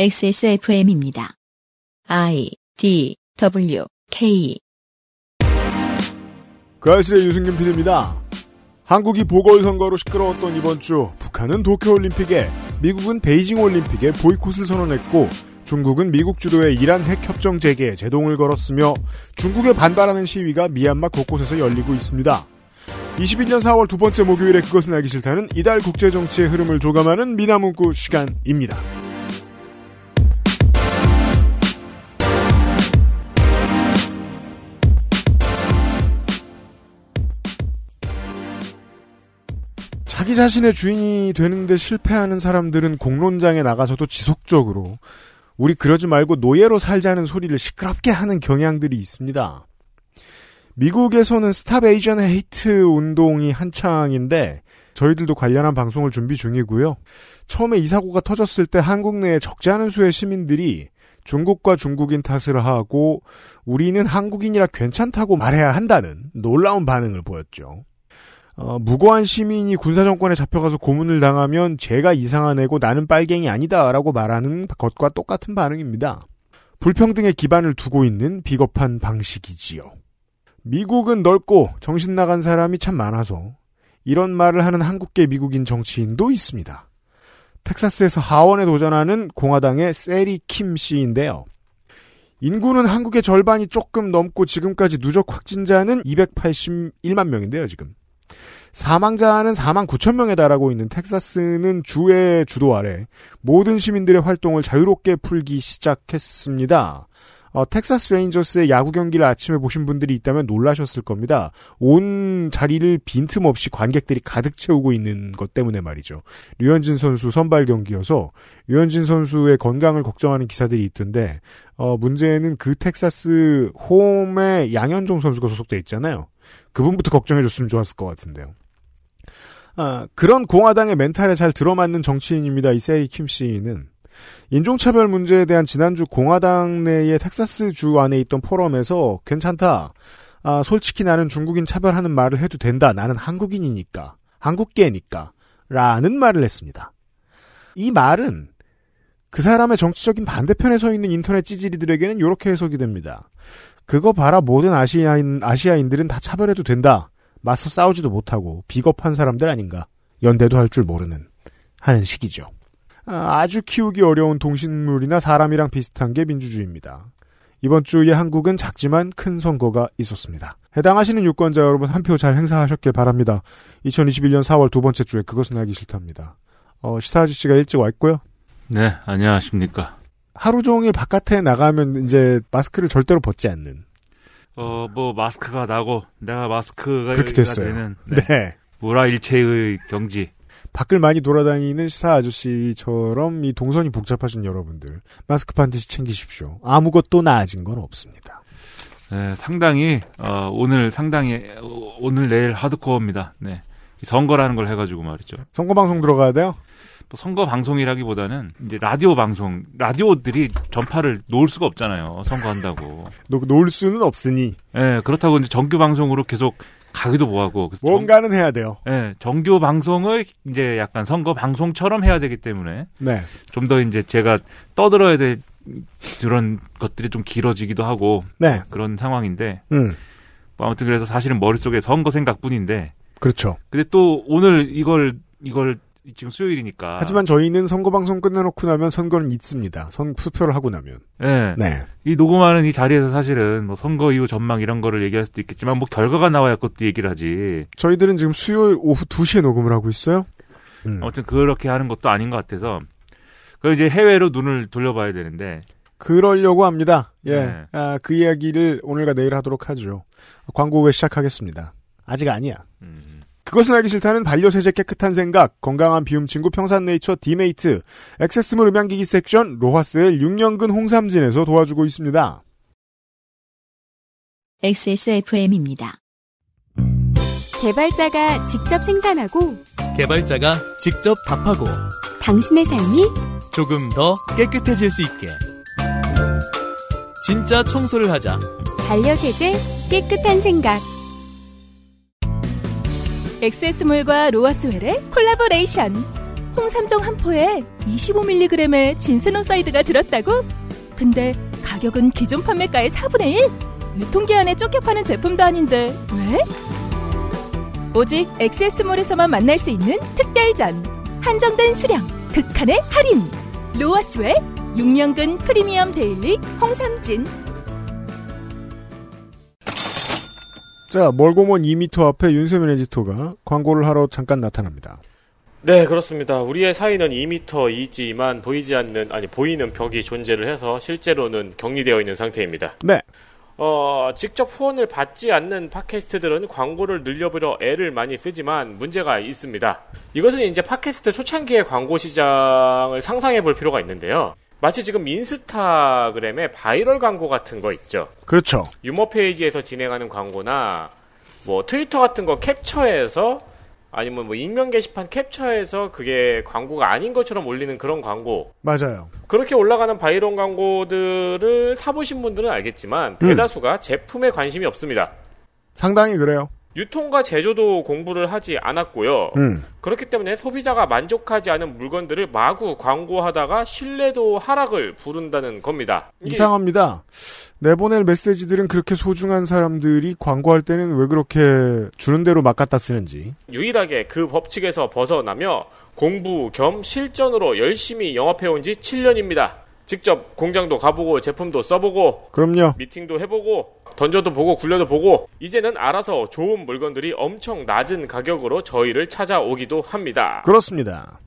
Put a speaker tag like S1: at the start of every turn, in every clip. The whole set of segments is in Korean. S1: XSFM입니다. I D W K
S2: 그 아실의 유승균 PD입니다. 한국이 보궐선거로 시끄러웠던 이번 주 북한은 도쿄올림픽에 미국은 베이징올림픽에 보이콧을 선언했고 중국은 미국 주도의 이란 핵협정 재개에 제동을 걸었으며 중국에 반발하는 시위가 미얀마 곳곳에서 열리고 있습니다. 21년 4월 두 번째 목요일에 그것은 알기 싫다는 이달 국제정치의 흐름을 조감하는 미나문구 시간입니다. 자기 자신의 주인이 되는데 실패하는 사람들은 공론장에 나가서도 지속적으로 우리 그러지 말고 노예로 살자는 소리를 시끄럽게 하는 경향들이 있습니다. 미국에서는 스탑 에이전 헤이트 운동이 한창인데 저희들도 관련한 방송을 준비 중이고요. 처음에 이 사고가 터졌을 때 한국 내에 적지 않은 수의 시민들이 중국과 중국인 탓을 하고 우리는 한국인이라 괜찮다고 말해야 한다는 놀라운 반응을 보였죠. 어, 무고한 시민이 군사정권에 잡혀가서 고문을 당하면 제가 이상한 애고 나는 빨갱이 아니다라고 말하는 것과 똑같은 반응입니다. 불평등의 기반을 두고 있는 비겁한 방식이지요. 미국은 넓고 정신 나간 사람이 참 많아서 이런 말을 하는 한국계 미국인 정치인도 있습니다. 텍사스에서 하원에 도전하는 공화당의 세리 킴 씨인데요. 인구는 한국의 절반이 조금 넘고 지금까지 누적 확진자는 281만 명인데요, 지금. 사망자는 4만 9천 명에 달하고 있는 텍사스는 주의 주도 아래 모든 시민들의 활동을 자유롭게 풀기 시작했습니다. 어, 텍사스 레인저스의 야구 경기를 아침에 보신 분들이 있다면 놀라셨을 겁니다. 온 자리를 빈틈없이 관객들이 가득 채우고 있는 것 때문에 말이죠. 류현진 선수 선발 경기여서 류현진 선수의 건강을 걱정하는 기사들이 있던데 어, 문제는 그 텍사스 홈에 양현종 선수가 소속돼 있잖아요. 그분부터 걱정해줬으면 좋았을 것 같은데요. 아, 그런 공화당의 멘탈에 잘 들어맞는 정치인입니다. 이세이 킴 씨는 인종차별 문제에 대한 지난주 공화당 내의 텍사스 주 안에 있던 포럼에서 괜찮다. 아, 솔직히 나는 중국인 차별하는 말을 해도 된다. 나는 한국인이니까. 한국계니까. 라는 말을 했습니다. 이 말은 그 사람의 정치적인 반대편에 서 있는 인터넷 찌질이들에게는 이렇게 해석이 됩니다. 그거 봐라 모든 아시아인, 아시아인들은 다 차별해도 된다. 맞서 싸우지도 못하고 비겁한 사람들 아닌가. 연대도 할 줄 모르는 하는 식이죠. 아, 아주 키우기 어려운 동식물이나 사람이랑 비슷한 게 민주주의입니다. 이번 주에 한국은 작지만 큰 선거가 있었습니다. 해당하시는 유권자 여러분 한 표 잘 행사하셨길 바랍니다. 2021년 4월 두 번째 주에 그것은 알기 싫답니다. 어, 시사 아저씨가 일찍 와 있고요.
S3: 네, 안녕하십니까.
S2: 하루 종일 바깥에 나가면 이제 마스크를 절대로 벗지 않는.
S3: 어, 뭐, 마스크가 나고, 내가 마스크가
S2: 그렇게
S3: 여기가
S2: 됐어요.
S3: 되는,
S2: 네.
S3: 네. 무라일체의 경지.
S2: 밖을 많이 돌아다니는 시사 아저씨처럼 이 동선이 복잡하신 여러분들 마스크 반드시 챙기십시오. 아무것도 나아진 건 없습니다.
S3: 네, 상당히, 어, 오늘 상당히, 어, 오늘 내일 하드코어입니다. 네. 이 선거라는 걸 해가지고 말이죠.
S2: 선거 방송 들어가야 돼요.
S3: 뭐 선거 방송이라기보다는 이제 라디오 방송, 라디오들이 전파를 놓을 수가 없잖아요. 선거한다고.
S2: 노, 놓을 수는 없으니
S3: 예, 그렇다고 이제 정규 방송으로 계속 가기도 뭐하고. 그래서 정-
S2: 뭔가는 해야 돼요.
S3: 예, 정규 방송을 이제 약간 선거 방송처럼 해야 되기 때문에
S2: 네.
S3: 좀 더 이제 제가 떠들어야 될 그런 것들이 좀 길어지기도 하고
S2: 네.
S3: 그런 상황인데
S2: 음.
S3: 뭐 아무튼 그래서 사실은 머릿속에 선거 생각뿐인데
S2: 그렇죠.
S3: 근데 또 오늘 이걸 이걸 지금 수요일이니까
S2: 하지만 저희는 선거 방송 끝내놓고 나면 선거는 있습니다. 선 투표를 하고 나면.
S3: 예,
S2: 네.
S3: 이 녹음하는 이 자리에서 사실은 뭐 선거 이후 전망 이런 거를 얘기할 수도 있겠지만 뭐 결과가 나와야 그것도 얘기를 하지
S2: 저희들은 지금 수요일 오후 2시에 녹음을 하고 있어요. 음.
S3: 아무튼 그렇게 하는 것도 아닌 것 같아서 그 이제 해외로 눈을 돌려봐야 되는데
S2: 그러려고 합니다. 예.
S3: 네.
S2: 아, 그 이야기를 오늘과 내일 하도록 하죠. 광고 후에 시작하겠습니다. 아직 아니야.
S3: 음,
S2: 그것은 알기 싫다는 반려세제 깨끗한 생각, 건강한 비움 친구 평산네이처 디메이트, 액세스몰 음향기기 섹션 로하스의 6년근 홍삼진에서 도와주고 있습니다.
S1: XSFM입니다.
S4: 개발자가 직접 생산하고
S5: 개발자가 직접 답하고
S4: 당신의 삶이
S5: 조금 더 깨끗해질 수 있게 진짜 청소를 하자
S4: 반려세제 깨끗한 생각 엑세스몰과 로어스웰의 콜라보레이션
S6: 짬뽕 3종 한 포에 25mg의 진세노사이드가 들었다고? 근데 가격은 기존 판매가의 4분의 1? 유통기한에 쫓겨 파는 제품도 아닌데 왜? 오직 엑세스몰에서만 만날 수 있는 특별전 한정된 수량 극한의 할인 로아스의 6년근 프리미엄 데일리 홍삼진
S2: 자, 멀고먼 2미터 앞에 윤세민 에디터가 광고를 하러 잠깐 나타납니다.
S7: 네, 그렇습니다. 우리의 사이는 2m이지만 보이지 않는, 아니, 보이는 벽이 존재를 해서 실제로는 격리되어 있는 상태입니다.
S2: 네.
S7: 어, 직접 후원을 받지 않는 팟캐스트들은 광고를 늘려보려 애를 많이 쓰지만 문제가 있습니다. 이것은 이제 팟캐스트 초창기의 광고 시장을 상상해 볼 필요가 있는데요. 마치 지금 인스타그램의 바이럴 광고 같은 거 있죠.
S2: 그렇죠.
S7: 유머 페이지에서 진행하는 광고나 뭐 트위터 같은 거 캡처해서 아니면 뭐 익명 게시판 캡처해서 그게 광고가 아닌 것처럼 올리는 그런 광고
S2: 맞아요.
S7: 그렇게 올라가는 바이런 광고들을 사보신 분들은 알겠지만 대다수가 제품에 관심이 없습니다.
S2: 상당히 그래요.
S7: 유통과 제조도 공부를 하지 않았고요.
S2: 음.
S7: 그렇기 때문에 소비자가 만족하지 않은 물건들을 마구 광고하다가 신뢰도 하락을 부른다는 겁니다. 이게
S2: 이상합니다. 내보낼 메시지들은 그렇게 소중한 사람들이 광고할 때는 왜 그렇게 주는 대로 막 갖다 쓰는지.
S7: 유일하게 그 법칙에서 벗어나며 공부 겸 실전으로 열심히 영업해온 지 7년입니다. 직접 공장도 가보고 제품도 써보고
S2: 그럼요.
S7: 미팅도 해보고 던져도 보고 굴려도 보고 이제는 알아서 좋은 물건들이 엄청 낮은 가격으로 저희를 찾아오기도 합니다.
S2: 그렇습니다.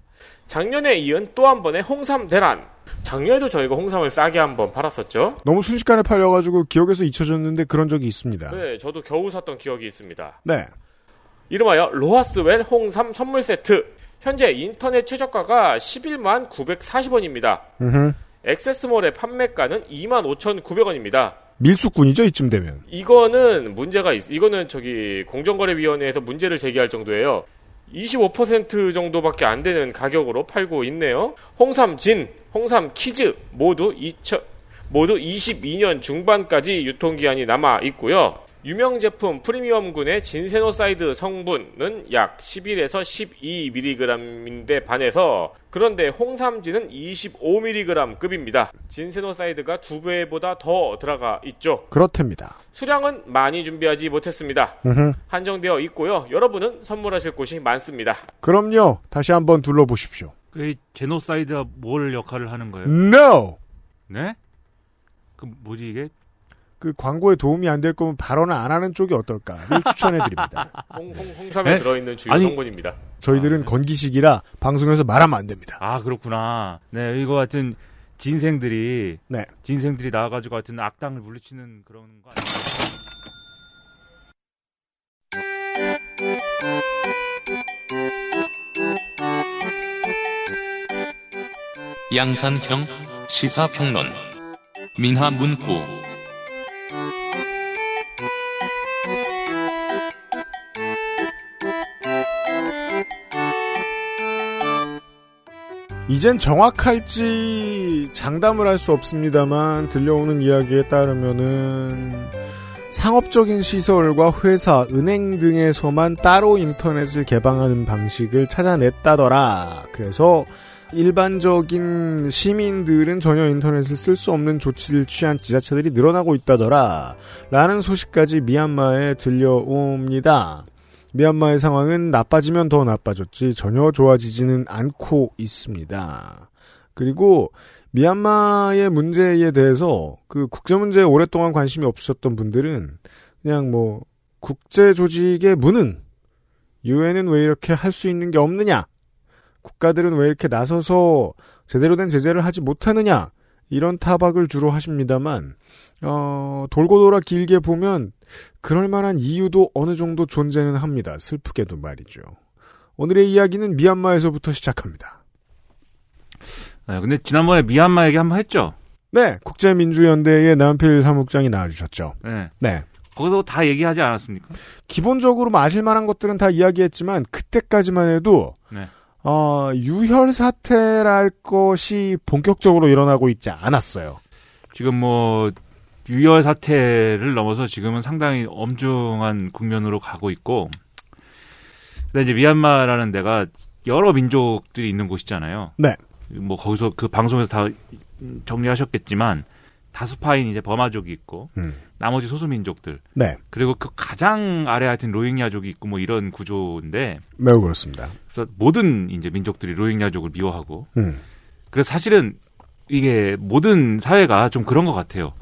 S7: 작년에 이은 또 한 번의 홍삼 대란. 작년에도 저희가 홍삼을 싸게 한 번 팔았었죠.
S2: 너무 순식간에 팔려가지고 기억에서 잊혀졌는데 그런 적이 있습니다.
S7: 네, 저도 겨우 샀던 기억이 있습니다.
S2: 네.
S7: 이름하여 로하스웰 홍삼 선물 세트. 현재 인터넷 최저가가 11만 940원입니다.
S2: 음흠.
S7: 액세스몰의 판매가는 25,900원입니다.
S2: 밀수꾼이죠, 이쯤 되면.
S7: 이거는 문제가 있, 이거는 저기 공정거래위원회에서 문제를 제기할 정도예요. 25% 정도밖에 안 되는 가격으로 팔고 있네요. 홍삼 진, 홍삼 키즈 모두 2000 모두 22년 중반까지 유통기한이 남아 있고요. 유명 제품 프리미엄군의 진세노사이드 성분은 약 11에서 12mg인데 반해서 그런데 홍삼진은 25mg급입니다. 진세노사이드가 두 배보다 더 들어가 있죠.
S2: 그렇답니다.
S7: 수량은 많이 준비하지 못했습니다.
S2: 음흠.
S7: 한정되어 있고요. 여러분은 선물하실 곳이 많습니다.
S2: 그럼요. 다시 한번 둘러보십시오.
S3: 그 제노사이드가 뭘 역할을 하는
S2: 음.
S3: 거예요?
S2: No!
S3: 네? 그 뭐지 이게?
S2: 그 광고에 도움이 안 될 거면 발언을 안 하는 쪽이 어떨까를 추천해드립니다.
S7: 홍, 홍, 홍삼에
S3: 에?
S7: 들어있는 주요
S3: 네? 아니- 네.
S7: 성분입니다.
S2: 저희들은 건기식이라 방송에서 말하면 안 됩니다.
S3: 아 그렇구나. 네 이거 같은 진생들이
S2: 네.
S3: 진생들이 나와가지고 같은 악당을 물리치는 그런 거 아니에요?
S8: 양산형 시사평론 민화문구
S2: 이젠 정확할지 장담을 할 수 없습니다만 들려오는 이야기에 따르면은 상업적인 시설과 회사, 은행 등에서만 따로 인터넷을 개방하는 방식을 찾아냈다더라. 그래서 일반적인 시민들은 전혀 인터넷을 쓸 수 없는 조치를 취한 지자체들이 늘어나고 있다더라. 라는 소식까지 미얀마에 들려옵니다. 미얀마의 상황은 나빠지면 더 나빠졌지 전혀 좋아지지는 않고 있습니다. 그리고 미얀마의 문제에 대해서 그 국제 문제에 오랫동안 관심이 없으셨던 분들은 그냥 뭐 국제 조직의 무능, 유엔은 왜 이렇게 할 수 있는 게 없느냐, 국가들은 왜 이렇게 나서서 제대로 된 제재를 하지 못하느냐 이런 타박을 주로 하십니다만 어, 돌고 돌아 길게 보면 그럴 만한 이유도 어느 정도 존재는 합니다. 슬프게도 말이죠. 오늘의 이야기는 미얀마에서부터 시작합니다.
S3: 네, 근데 지난번에 미얀마 얘기 한번 했죠.
S2: 네, 국제민주연대의 남필 사무국장이 나와주셨죠.
S3: 네.
S2: 네.
S3: 거기서 다 얘기하지 않았습니까?
S2: 기본적으로 마실 만한 것들은 다 이야기했지만 그때까지만 해도
S3: 네.
S2: 어, 유혈 사태랄 것이 본격적으로 일어나고 있지 않았어요.
S3: 지금 뭐 유혈 사태를 넘어서 지금은 상당히 엄중한 국면으로 가고 있고, 근데 이제 미얀마라는 데가 여러 민족들이 있는 곳이잖아요.
S2: 네.
S3: 뭐 거기서 그 방송에서 다 정리하셨겠지만 다수파인 이제 버마족이 있고
S2: 음.
S3: 나머지 소수 민족들
S2: 네.
S3: 그리고 그 가장 아래 하여튼 로힝야족이 있고 뭐 이런 구조인데
S2: 매우 그렇습니다.
S3: 그래서 모든 이제 민족들이 로힝야족을 미워하고
S2: 음.
S3: 그래서 사실은 이게 모든 사회가 좀 그런 것 같아요.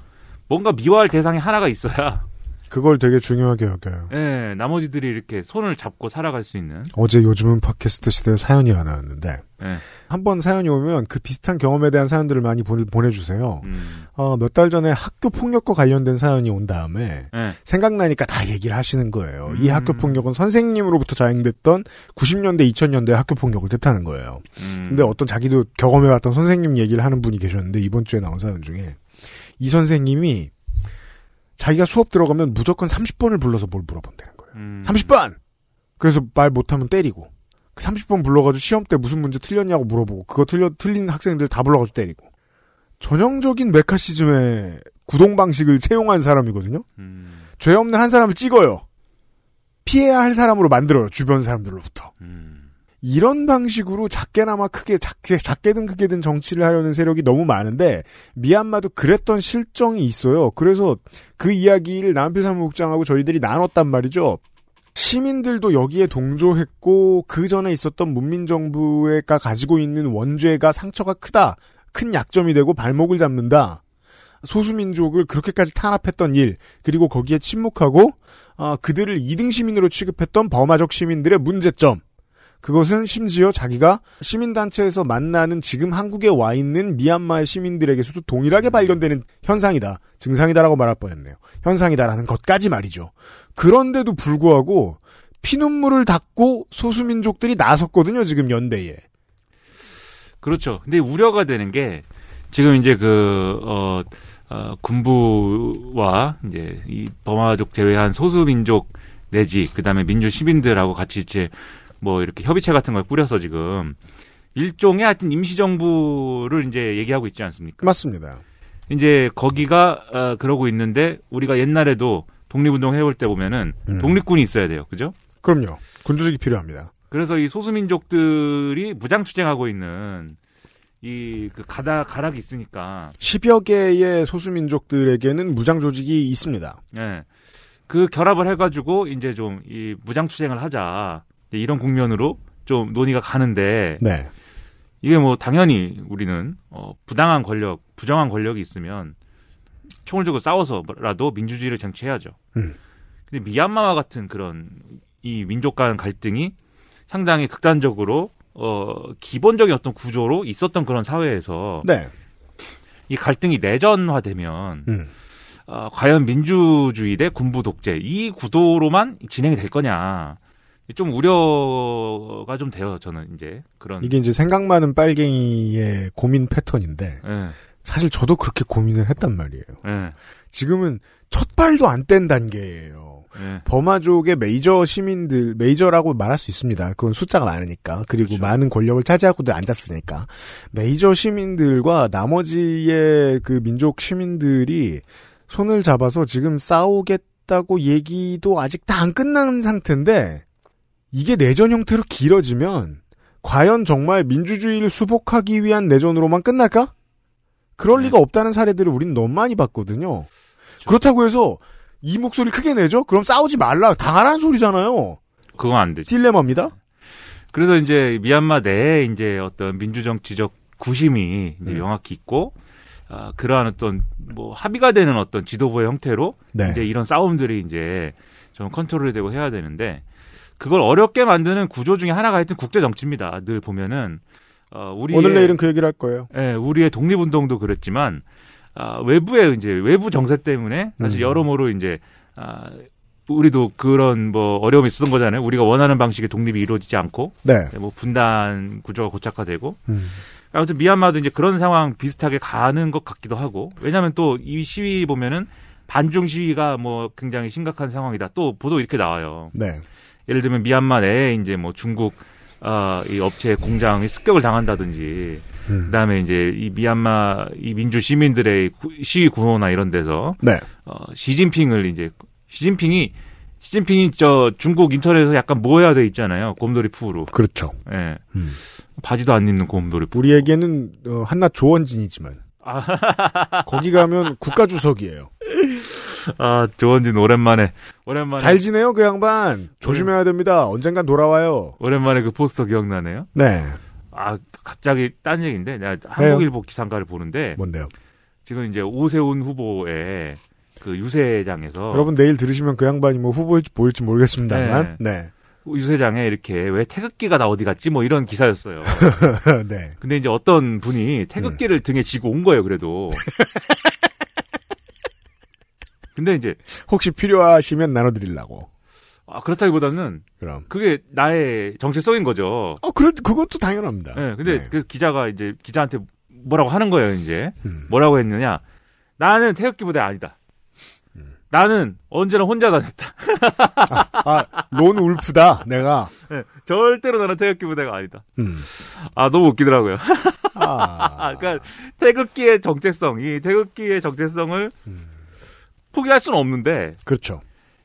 S3: 뭔가 미워할 대상이 하나가 있어야
S2: 그걸 되게 중요하게 여겨요.
S3: 예, 나머지들이 이렇게 손을 잡고 살아갈 수 있는
S2: 어제 요즘은 팟캐스트 시대에 사연이 하나 왔는데
S3: 네.
S2: 한 번 사연이 오면 그 비슷한 경험에 대한 사연들을 많이 보내, 보내주세요. 어,
S3: 음,
S2: 몇 달 전에 학교 폭력과 관련된 사연이 온 다음에
S3: 예, 생
S2: 생각나니까 다 얘기를 하시는 거예요. 이
S3: 음.
S2: 학교 폭력은 선생님으로부터 자행됐던 90년대, 2000년대 학교 폭력을 뜻하는 거예요.
S3: 음,
S2: 근데 어떤 자기도 경험해왔던 선생님 얘기를 하는 분이 계셨는데 이번 주에 나온 사연 중에 이 선생님이 자기가 수업 들어가면 무조건 30번을 불러서 뭘 물어본다는 거예요.
S3: 음,
S2: 30번! 그래서 말 못하면 때리고 그 30번 불러가지고 시험 때 무슨 문제 틀렸냐고 물어보고 그거 틀려, 틀린 학생들 다 불러가지고 때리고 전형적인 메카시즘의 구동 방식을 채용한 사람이거든요.
S3: 음,
S2: 죄 없는 한 사람을 찍어요. 피해야 할 사람으로 만들어요. 주변 사람들로부터.
S3: 음,
S2: 이런 방식으로 작게나마 크게 작게 작게든 크게든 정치를 하려는 세력이 너무 많은데 미얀마도 그랬던 실정이 있어요. 그래서 그 이야기를 남필 사무국장하고 저희들이 나눴단 말이죠. 시민들도 여기에 동조했고 그 전에 있었던 문민 정부가 가지고 있는 원죄가 상처가 크다. 큰 약점이 되고 발목을 잡는다. 소수민족을 그렇게까지 탄압했던 일, 그리고 거기에 침묵하고 아, 그들을 이등 시민으로 취급했던 범아적 시민들의 문제점, 그것은 심지어 자기가 시민단체에서 만나는 지금 한국에 와 있는 미얀마의 시민들에게서도 동일하게 발견되는 현상이다. 증상이다라고 말할 뻔했네요. 현상이다라는 것까지 말이죠. 그런데도 불구하고 피눈물을 닦고 소수민족들이 나섰거든요. 지금 연대에.
S3: 그렇죠. 근데 우려가 되는 게 지금 이제 그 어, 어, 군부와 이제 이 버마족 제외한 소수 민족 내지 그다음에 민주 시민들하고 같이 이제 뭐 이렇게 협의체 같은 걸 꾸려서 지금 일종의 하여튼 임시 정부를 이제 얘기하고 있지 않습니까?
S2: 맞습니다.
S3: 이제 거기가 어, 그러고 있는데 우리가 옛날에도 독립운동 해올 때 보면은
S2: 음.
S3: 독립군이 있어야 돼요, 그죠?
S2: 그럼요. 군조직이 필요합니다.
S3: 그래서 이 소수민족들이 무장투쟁하고 있는 이 그 가다 가락이 있으니까
S2: 10여 개의 소수민족들에게는 무장조직이 있습니다.
S3: 예. 그 결합을 해가지고 이제 좀 이 무장투쟁을 하자 이제 이런 국면으로 좀 논의가 가는데
S2: 네.
S3: 이게 뭐 당연히 우리는 어, 부당한 권력, 부정한 권력이 있으면 총을 들고 싸워서라도 민주주의를 쟁취해야죠.
S2: 음.
S3: 근데 미얀마와 같은 그런 이 민족 간 갈등이 상당히 극단적으로 어, 기본적인 어떤 구조로 있었던 그런 사회에서
S2: 네.
S3: 이 갈등이 내전화되면
S2: 음.
S3: 어, 과연 민주주의 대 군부 독재 이 구도로만 진행이 될 거냐 좀 우려가 좀 돼요 저는 이제 그런
S2: 이게 이제 생각 많은 빨갱이의 고민 패턴인데
S3: 예,
S2: 사실 저도 그렇게 고민을 했단 말이에요.
S3: 예,
S2: 지금은 첫 발도 안 뗀 단계예요.
S3: 예.
S2: 버마족의 메이저 시민들, 메이저라고 말할 수 있습니다. 그건 숫자가 많으니까. 그리고
S3: 그렇죠.
S2: 많은 권력을 차지하고도 앉았으니까. 메이저 시민들과 나머지의 그 민족 시민들이 손을 잡아서 지금 싸우겠다고 얘기도 아직 다 안 끝난 상태인데, 이게 내전 형태로 길어지면, 과연 정말 민주주의를 수복하기 위한 내전으로만 끝날까? 그럴
S3: 네.
S2: 리가 없다는 사례들을 우린 너무 많이 봤거든요. 그렇다고 해서 이 목소리 크게 내죠? 그럼 싸우지 말라. 당하라는 소리잖아요.
S3: 그건 안 되죠.
S2: 딜레마입니다.
S3: 그래서 이제 미얀마 내에 이제 어떤 민주정치적 구심이 이제
S2: 음.
S3: 명확히 있고 아, 그러한 어떤 뭐 합의가 되는 어떤 지도부의 형태로
S2: 네.
S3: 이제 이런 싸움들이 이제 좀 컨트롤이 되고 해야 되는데 그걸 어렵게 만드는 구조 중에 하나가 하여튼 국제 정치입니다. 늘 보면은 어, 우리
S2: 오늘 내일은 그 얘기를 할 거예요.
S3: 예, 우리의 독립운동도 그랬지만 아, 외부의 이제 외부 정세 때문에 사실
S2: 음.
S3: 여러모로 이제 아, 우리도 그런 뭐 어려움이 있었던 거잖아요. 우리가 원하는 방식의 독립이 이루어지지 않고
S2: 네.
S3: 뭐 분단 구조가 고착화되고 아무튼 미얀마도 이제 그런 상황 비슷하게 가는 것 같기도 하고 왜냐하면 또 이 시위 보면은 반중 시위가 뭐 굉장히 심각한 상황이다. 또 보도 이렇게 나와요.
S2: 네.
S3: 예를 들면 미얀마 내에 이제 뭐 중국 아, 이 업체 공장이 습격을 당한다든지
S2: 음.
S3: 그다음에 이제 이 미얀마 이 민주 시민들의 구- 시위 구호나 이런 데서
S2: 네.
S3: 어, 시진핑을 이제 시진핑이 시진핑이 저 중국 인터넷에서 약간 모여야 돼 있잖아요. 곰돌이 푸로.
S2: 그렇죠.
S3: 예.
S2: 음.
S3: 바지도 안 입는 곰돌이 푸.
S2: 우리에게는 어, 한낱 조원진이지만 거기 가면 국가 주석이에요.
S3: 아, 조원진 오랜만에 오랜만에
S2: 잘 지내요 그 양반. 조심해야 됩니다. 언젠간 돌아와요.
S3: 오랜만에 그 포스터 기억나네요.
S2: 네,
S3: 아, 갑자기 딴 얘기인데 내가 한국일보 기상가를 보는데
S2: 뭔데요?
S3: 지금 이제 오세훈 후보의 그 유세장에서
S2: 여러분 내일 들으시면 그 양반이 뭐 후보일지 보일지 모르겠습니다만, 네,
S3: 유세장에 이렇게 왜 태극기가 나 어디 갔지 뭐 이런 기사였어요.
S2: 네.
S3: 근데 이제 어떤 분이 태극기를 등에 지고 온 거예요, 그래도. 근데 이제
S2: 혹시 필요하시면 나눠드리려고.
S3: 아, 그렇다기보다는
S2: 그럼.
S3: 그게 나의 정체성인 거죠.
S2: 어, 그 그것도 당연합니다.
S3: 예. 근데
S2: 네.
S3: 그 기자가 이제 기자한테 뭐라고 하는 거예요, 이제.
S2: 음.
S3: 뭐라고 했느냐? 나는 태극기 부대 아니다.
S2: 음.
S3: 나는 언제나 혼자 다녔다.
S2: 아, 론 울프다, 내가.
S3: 예. 절대로 나는 태극기 부대가 아니다.
S2: 음.
S3: 아, 너무 웃기더라고요.
S2: 아,
S3: 아, 그러니까 태극기의 정체성, 이 태극기의 정체성을 포기할 수는 없는데
S2: 그렇죠.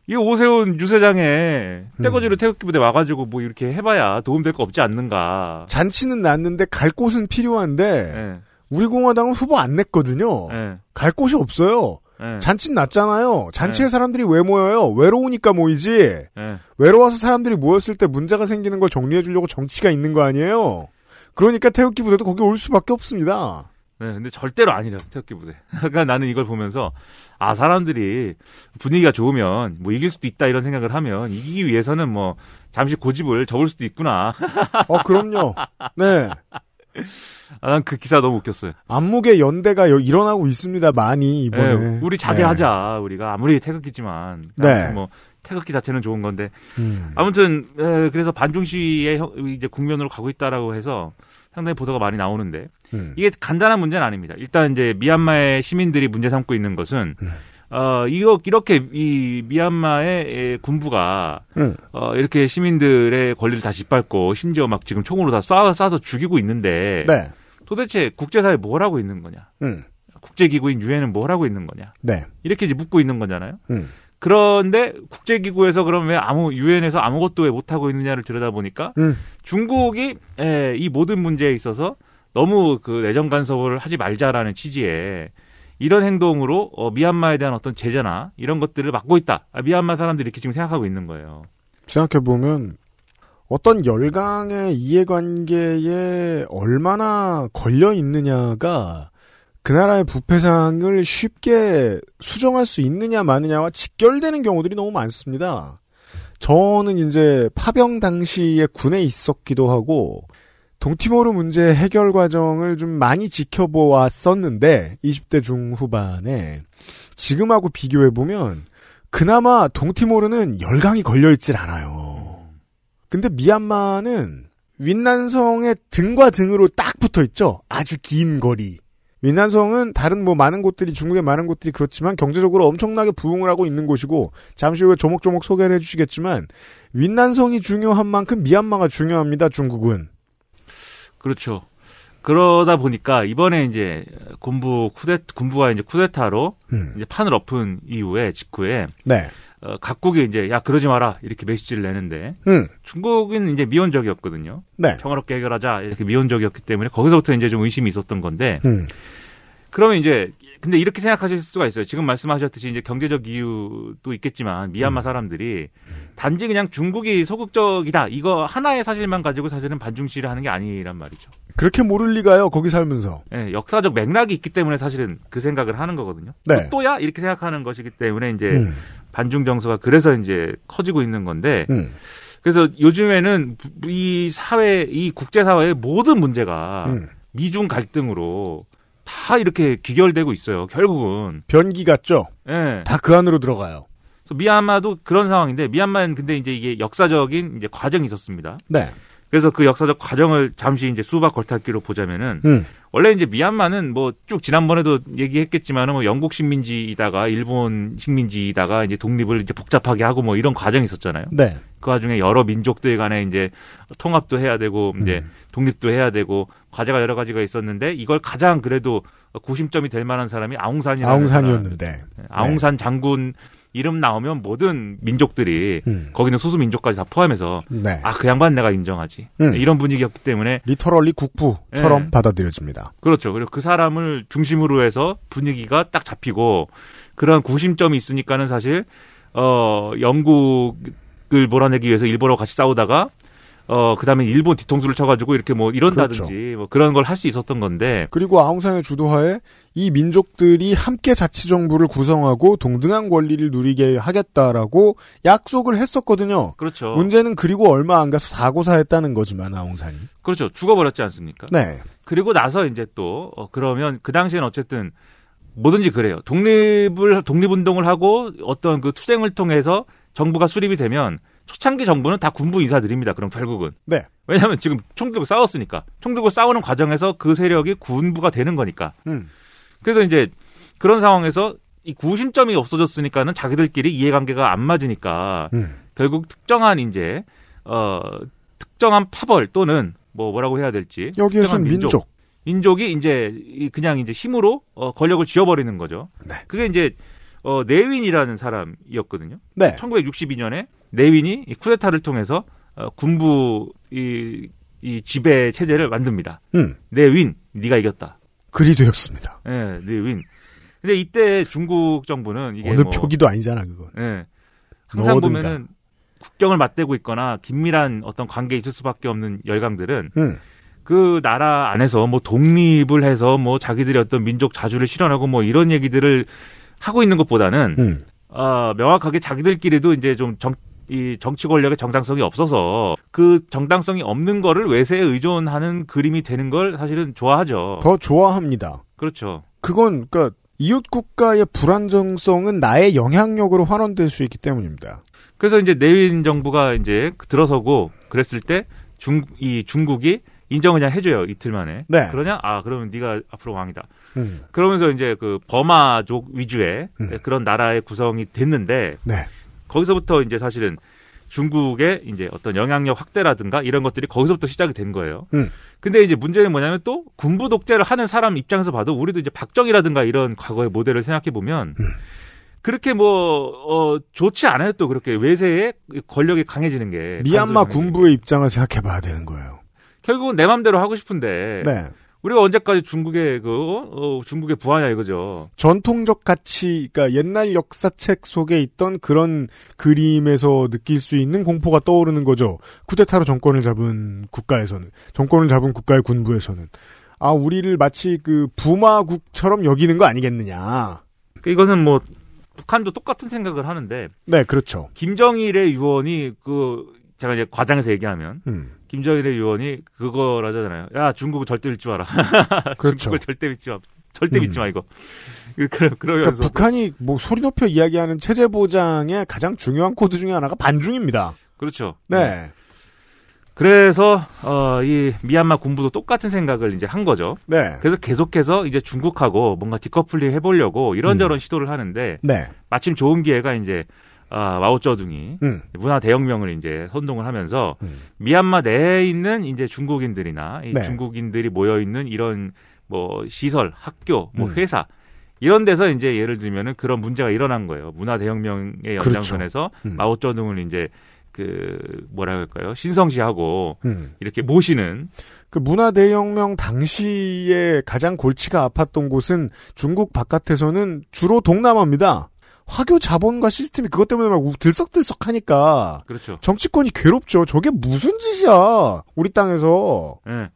S3: 이 오세훈 유세장에 떼거지로 태극기 부대 와가지고 뭐 이렇게 해봐야 도움될 거 없지 않는가.
S2: 잔치는 났는데 갈 곳은 필요한데,
S3: 예,
S2: 우리 공화당은 후보 안 냈거든요.
S3: 예,
S2: 갈 곳이 없어요.
S3: 예,
S2: 잔치는 났잖아요. 잔치에
S3: 네.
S2: 사람들이 왜 모여요? 외로우니까 모이지.
S3: 예.
S2: 외로워서 사람들이 모였을 때 문제가 생기는 걸 정리해 주려고 정치가 있는 거 아니에요? 그러니까 태극기 부대도 거기 올 수밖에 없습니다.
S3: 네, 근데 절대로 아니래요, 태극기 부대. 그러니까 나는 이걸 보면서, 아, 사람들이 분위기가 좋으면, 뭐 이길 수도 있다 이런 생각을 하면, 이기기 위해서는 뭐, 잠시 고집을 접을 수도 있구나.
S2: 어, 그럼요. 네.
S3: 아, 난 그 기사 너무 웃겼어요.
S2: 안목의 연대가 여- 일어나고 있습니다. 많이 이번에.
S3: 예, 우리 자제하자, 우리가. 아무리 태극기지만.
S2: 네.
S3: 아무튼 뭐, 태극기 자체는 좋은 건데.
S2: 네. 음.
S3: 아무튼, 에, 그래서 반중 시위의 형- 이제 국면으로 가고 있다라고 해서, 상당히 보도가 많이 나오는데,
S2: 음.
S3: 이게 간단한 문제는 아닙니다. 일단 이제 미얀마의 시민들이 문제 삼고 있는 것은
S2: 네.
S3: 어 이거 이렇게 이 미얀마의 에, 군부가
S2: 음.
S3: 어 이렇게 시민들의 권리를 다 짓밟고 심지어 막 지금 총으로 다 쏴, 쏴서 죽이고 있는데
S2: 네.
S3: 도대체 국제사회 뭘 하고 있는 거냐?
S2: 음.
S3: 국제기구인 유엔은 뭘 하고 있는 거냐?
S2: 네.
S3: 이렇게 이제 묻고 있는 거잖아요.
S2: 음.
S3: 그런데 국제기구에서 그럼 왜 아무 유엔에서 아무것도 왜 못하고 있느냐를 들여다보니까
S2: 음.
S3: 중국이 에, 이 모든 문제에 있어서 너무 그 내정 간섭을 하지 말자라는 취지에 이런 행동으로 어, 미얀마에 대한 어떤 제재나 이런 것들을 막고 있다. 아, 미얀마 사람들이 이렇게 지금 생각하고 있는 거예요.
S2: 생각해보면 어떤 열강의 이해관계에 얼마나 걸려 있느냐가 그 나라의 부패상을 쉽게 수정할 수 있느냐 마느냐와 직결되는 경우들이 너무 많습니다. 저는 이제 파병 당시에 군에 있었기도 하고 동티모르 문제 해결 과정을 좀 많이 지켜보았었는데 20대 중후반에 지금하고 비교해보면 그나마 동티모르는 열강이 걸려있질 않아요. 근데 미얀마는 윈난성의 등과 등으로 딱 붙어 있죠. 아주 긴 거리. 윈난성은 다른 뭐 많은 곳들이 중국의 많은 곳들이 그렇지만 경제적으로 엄청나게 부흥을 하고 있는 곳이고 잠시 후에 조목조목 소개를 해주시겠지만 윈난성이 중요한 만큼 미얀마가 중요합니다. 중국은
S3: 그렇죠. 그러다 보니까 이번에 이제 군부 쿠데 군부가 이제 쿠데타로
S2: 음,
S3: 이제 판을 엎은 이후에 직후에
S2: 네,
S3: 어, 각국이 이제 야 그러지 마라 이렇게 메시지를 내는데
S2: 음,
S3: 중국은 이제 미온적이었거든요.
S2: 네,
S3: 평화롭게 해결하자 이렇게 미온적이었기 때문에 거기서부터 이제 좀 의심이 있었던 건데
S2: 음,
S3: 그러면 이제 근데 이렇게 생각하실 수가 있어요. 지금 말씀하셨듯이 이제 경제적 이유도 있겠지만 미얀마 사람들이 단지 그냥 중국이 소극적이다 이거 하나의 사실만 가지고 사실은 반중 시위를 하는 게 아니란 말이죠.
S2: 그렇게 모를 리가요. 거기 살면서
S3: 예, 역사적 맥락이 있기 때문에 사실은 그 생각을 하는 거거든요.
S2: 네,
S3: 또야 이렇게 생각하는 것이기 때문에 이제
S2: 음,
S3: 반중 정서가 그래서 이제 커지고 있는 건데
S2: 음,
S3: 그래서 요즘에는 이 사회 이 국제 사회의 모든 문제가
S2: 음.
S3: 미중 갈등으로 다 이렇게 귀결되고 있어요. 결국은
S2: 변기 같죠.
S3: 예.
S2: 다 그 안으로 들어가요.
S3: 그래서 미얀마도 그런 상황인데 미얀마는 근데 이제 이게 역사적인 이제 과정이 있었습니다.
S2: 네,
S3: 그래서 그 역사적 과정을 잠시 이제 수박 걸탈기로 보자면은
S2: 음,
S3: 원래 이제 미얀마는 뭐 쭉 지난번에도 얘기했겠지만은 뭐 영국 식민지이다가 일본 식민지이다가 이제 독립을 이제 복잡하게 하고 뭐 이런 과정이 있었잖아요.
S2: 네,
S3: 그 와중에 여러 민족들 간에 이제 통합도 해야 되고 이제 독립도 해야 되고 과제가 여러 가지가 있었는데 이걸 가장 예, 그래도 구심점이 될 만한 사람이 네, 아웅산이라는 사람.
S2: 아웅산이었는데.
S3: 아웅산 장군 이름 나오면 모든 민족들이
S2: 음.
S3: 거기는 소수 민족까지 다 포함해서
S2: 네.
S3: 아 그 양반 내가 인정하지
S2: 음.
S3: 이런 분위기였기 때문에
S2: 리터럴리 국부처럼
S3: 예.
S2: 받아들여집니다.
S3: 그렇죠. 그리고 그 사람을 중심으로 해서 분위기가 딱 잡히고 그런 구심점이 있으니까는 사실 어 영국을 몰아내기 위해서 일본하고 같이 싸우다가 어 그다음에 일본 뒤통수를 쳐가지고 이렇게 뭐 이런다든지 뭐 그런 걸 할 수 있었던 건데
S2: 그리고 아웅산의 주도하에 이 민족들이 함께 자치정부를 구성하고 동등한 권리를 누리게 하겠다라고 약속을 했었거든요.
S3: 그렇죠.
S2: 문제는 그리고 얼마 안 가서 사고사했다는 거지만 아웅산이.
S3: 그렇죠. 죽어버렸지 않습니까?
S2: 네.
S3: 그리고 나서 이제 또 어, 그러면 그 당시에는 어쨌든 뭐든지 그래요. 독립을 독립운동을 하고 어떤 그 투쟁을 통해서 정부가 수립이 되면 초창기 정부는 다 군부 인사들입니다. 그럼 결국은
S2: 네.
S3: 왜냐하면 지금 총 들고 싸웠으니까 총 들고 싸우는 과정에서 그 세력이 군부가 되는 거니까.
S2: 음.
S3: 그래서 이제 그런 상황에서 이 구심점이 없어졌으니까는 자기들끼리 이해관계가 안 맞으니까
S2: 음.
S3: 결국 특정한 이제 어 특정한 파벌 또는 뭐 뭐라고 해야 될지
S2: 여기에선
S3: 특정한 민족.
S2: 민족.
S3: 민족이 이제 이- 그냥 이제 힘으로 어, 권력을 쥐어버리는 거죠.
S2: 네.
S3: 그게 이제 어, 내윈이라는 사람이었거든요.
S2: 네.
S3: 1962년에 내윈이 이 쿠데타를 통해서 어, 군부 이, 이 지배 체제를 만듭니다.
S2: 음.
S3: 내윈, 네가 이겼다. 그리 되었습니다. 예, 내윈. 근데 이때 중국 정부는 이게
S2: 어느
S3: 뭐,
S2: 표기도 아니잖아 그건.
S3: 예. 항상
S2: 뭐든가.
S3: 보면은 국경을 맞대고 있거나 긴밀한 어떤 관계에 있을 수밖에 없는 열강들은
S2: 음.
S3: 그 나라 안에서 뭐 독립을 해서 뭐 자기들의 어떤 민족 자주를 실현하고 뭐 이런 얘기들을 하고 있는 것보다는
S2: 음.
S3: 아 명확하게 자기들끼리도 이제 좀 정, 이 정치 권력의 정당성이 없어서 그 정당성이 없는 거를 외세에 의존하는 그림이 되는 걸 사실은 좋아하죠.
S2: 더 좋아합니다.
S3: 그렇죠.
S2: 그건 그러니까 이웃 국가의 불안정성은 나의 영향력으로 환원될 수 있기 때문입니다.
S3: 그래서 이제 내윈 정부가 이제 들어서고 그랬을 때 중, 이 중국이 인정 그냥 해줘요 이틀 만에.
S2: 네.
S3: 그러냐? 아 그러면 네가 앞으로 왕이다.
S2: 음.
S3: 그러면서 이제 그 버마족 위주의 네,
S2: 음.
S3: 그런 나라의 구성이 됐는데
S2: 네.
S3: 거기서부터 이제 사실은 중국의 이제 어떤 영향력 확대라든가 이런 것들이 거기서부터 시작이 된 거예요.
S2: 음.
S3: 근데 이제 문제는 뭐냐면 또 군부 독재를 하는 사람 입장에서 봐도 우리도 이제 박정희라든가 이런 과거의 모델을 생각해 보면
S2: 음.
S3: 그렇게 뭐 어, 좋지 않아요 또 그렇게 외세의 권력이 강해지는 게
S2: 미얀마
S3: 강조되는 게.
S2: 군부의 입장을 생각해봐야 되는 거예요.
S3: 결국은 내 맘대로 하고 싶은데
S2: 네.
S3: 우리가 언제까지 중국의 그 어, 중국의 부하냐 이거죠.
S2: 전통적 가치, 그러니까 옛날 역사책 속에 있던 그런 그림에서 느낄 수 있는 공포가 떠오르는 거죠. 쿠데타로 정권을 잡은 국가에서는, 정권을 잡은 국가의 군부에서는. 아, 우리를 마치 그 부마국처럼 여기는 거 아니겠느냐.
S3: 그러니까 이것은 뭐 북한도 똑같은 생각을 하는데
S2: 네, 그렇죠.
S3: 김정일의 유언이 그 제가 이제 과장해서 얘기하면
S2: 음,
S3: 김정일의 유언이 그거라잖아요. 야 중국을 절대 믿지 마라.
S2: 그렇죠.
S3: 중국을 절대 믿지 마. 절대
S2: 음.
S3: 믿지 마 이거. 그러,
S2: 그러니까
S3: 그러면서
S2: 북한이 뭐 소리 높여 이야기하는 체제 보장의 가장 중요한 코드 중에 하나가 반중입니다.
S3: 그렇죠.
S2: 네,
S3: 그래서 어, 이 미얀마 군부도 똑같은 생각을 이제 한 거죠.
S2: 네,
S3: 그래서 계속해서 이제 중국하고 뭔가 디커플링 해보려고
S2: 음.
S3: 이런저런 시도를 하는데
S2: 네,
S3: 마침 좋은 기회가 이제 아, 마오쩌둥이
S2: 음,
S3: 문화 대혁명을 이제 선동을 하면서
S2: 음.
S3: 미얀마 내에 있는 이제 중국인들이나 이
S2: 네.
S3: 중국인들이 모여 있는 이런 뭐 시설, 학교, 뭐
S2: 음.
S3: 회사 이런 데서 이제 예를 들면은 그런 문제가 일어난 거예요. 문화 대혁명의
S2: 그렇죠.
S3: 연장선에서
S2: 음.
S3: 마오쩌둥을 이제 그 뭐라 할까요? 신성시하고
S2: 음.
S3: 이렇게 모시는
S2: 그 문화 대혁명 당시에 가장 골치가 아팠던 곳은 중국 바깥에서는 주로 동남아입니다. 화교 자본과 시스템이 그것 때문에 막 우- 들썩들썩하니까
S3: 그렇죠.
S2: 정치권이 괴롭죠. 저게 무슨 짓이야? 우리 땅에서.
S3: 예.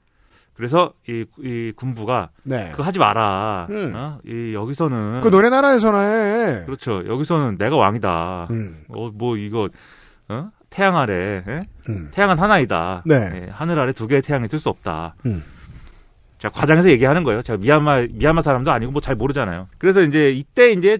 S3: 그래서 이, 이 군부가
S2: 네.
S3: 그거 하지 마라.
S2: 음.
S3: 어? 이 여기서는
S2: 그 노래 나라에서나 해.
S3: 그렇죠. 여기서는 내가 왕이다.
S2: 음,
S3: 어, 뭐 이거 어? 태양 아래 예?
S2: 음.
S3: 태양은 하나이다.
S2: 네.
S3: 예, 하늘 아래 두 개의 태양이 뜰 수 없다.
S2: 음.
S3: 제가 과장해서 얘기하는 거예요. 제가 미얀마 미얀마 사람도 아니고 뭐 잘 모르잖아요. 그래서 이제 이때 이제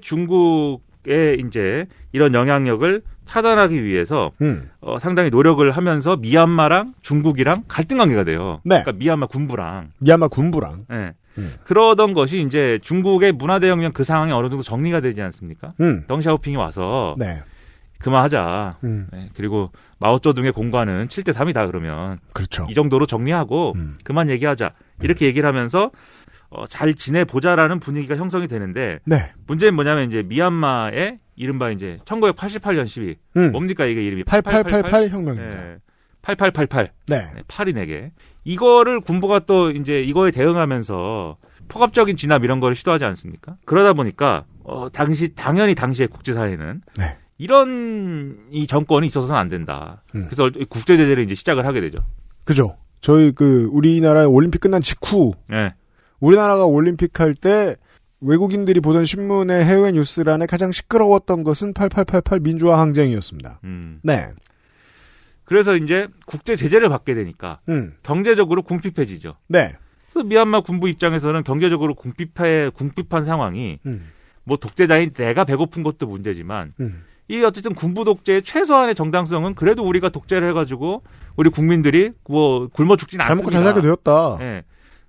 S3: 중국의 이제 이런 영향력을 차단하기 위해서
S2: 음.
S3: 어, 상당히 노력을 하면서 미얀마랑 중국이랑 갈등 관계가 돼요.
S2: 네.
S3: 그러니까 미얀마 군부랑.
S2: 미얀마 군부랑.
S3: 예.
S2: 음.
S3: 그러던 것이 이제 중국의 문화 대혁명 그 상황이 어느 정도 정리가 되지 않습니까?
S2: 음.
S3: 덩샤오핑이 와서
S2: 네.
S3: 그만하자.
S2: 음.
S3: 네, 그리고 마오쩌둥의 공과는 7대 3이다 그러면
S2: 그렇죠.
S3: 이 정도로 정리하고
S2: 음.
S3: 그만 얘기하자 이렇게 얘기를 하면서 어, 잘 지내보자라는 분위기가 형성이 되는데
S2: 네.
S3: 문제는 뭐냐면 이제 미얀마의 이른바 이제 1988년 시위
S2: 음.
S3: 뭡니까 이게 이름이
S2: 8888 혁명입니다.
S3: 네. 8888
S2: 네.
S3: 네, 8인에게 이거를 군부가 또 이제 이거에 대응하면서 폭압적인 진압 이런 걸 시도하지 않습니까? 그러다 보니까 어 당시 당연히 당시의 국제사회는
S2: 네.
S3: 이런 이 정권이 있어서는 안 된다.
S2: 음.
S3: 그래서 국제 제재를 이제 시작을 하게 되죠.
S2: 그죠. 저희 그 우리나라 올림픽 끝난 직후
S3: 예.
S2: 우리나라가 올림픽 할 때 외국인들이 보던 신문의 해외 뉴스란에 가장 시끄러웠던 것은 8888 민주화 항쟁이었습니다.
S3: 음.
S2: 네.
S3: 그래서 이제 국제 제재를 받게 되니까
S2: 음.
S3: 경제적으로 궁핍해지죠.
S2: 네.
S3: 그 미얀마 군부 입장에서는 경제적으로 궁핍해 궁핍한 상황이
S2: 음.
S3: 뭐 독재자인 내가 배고픈 것도 문제지만
S2: 음.
S3: 이 어쨌든 군부 독재의 최소한의 정당성은 그래도 우리가 독재를 해가지고 우리 국민들이 뭐 굶어 죽진
S2: 잘 먹고
S3: 않습니다.
S2: 잘 살게 되었다.
S3: 예.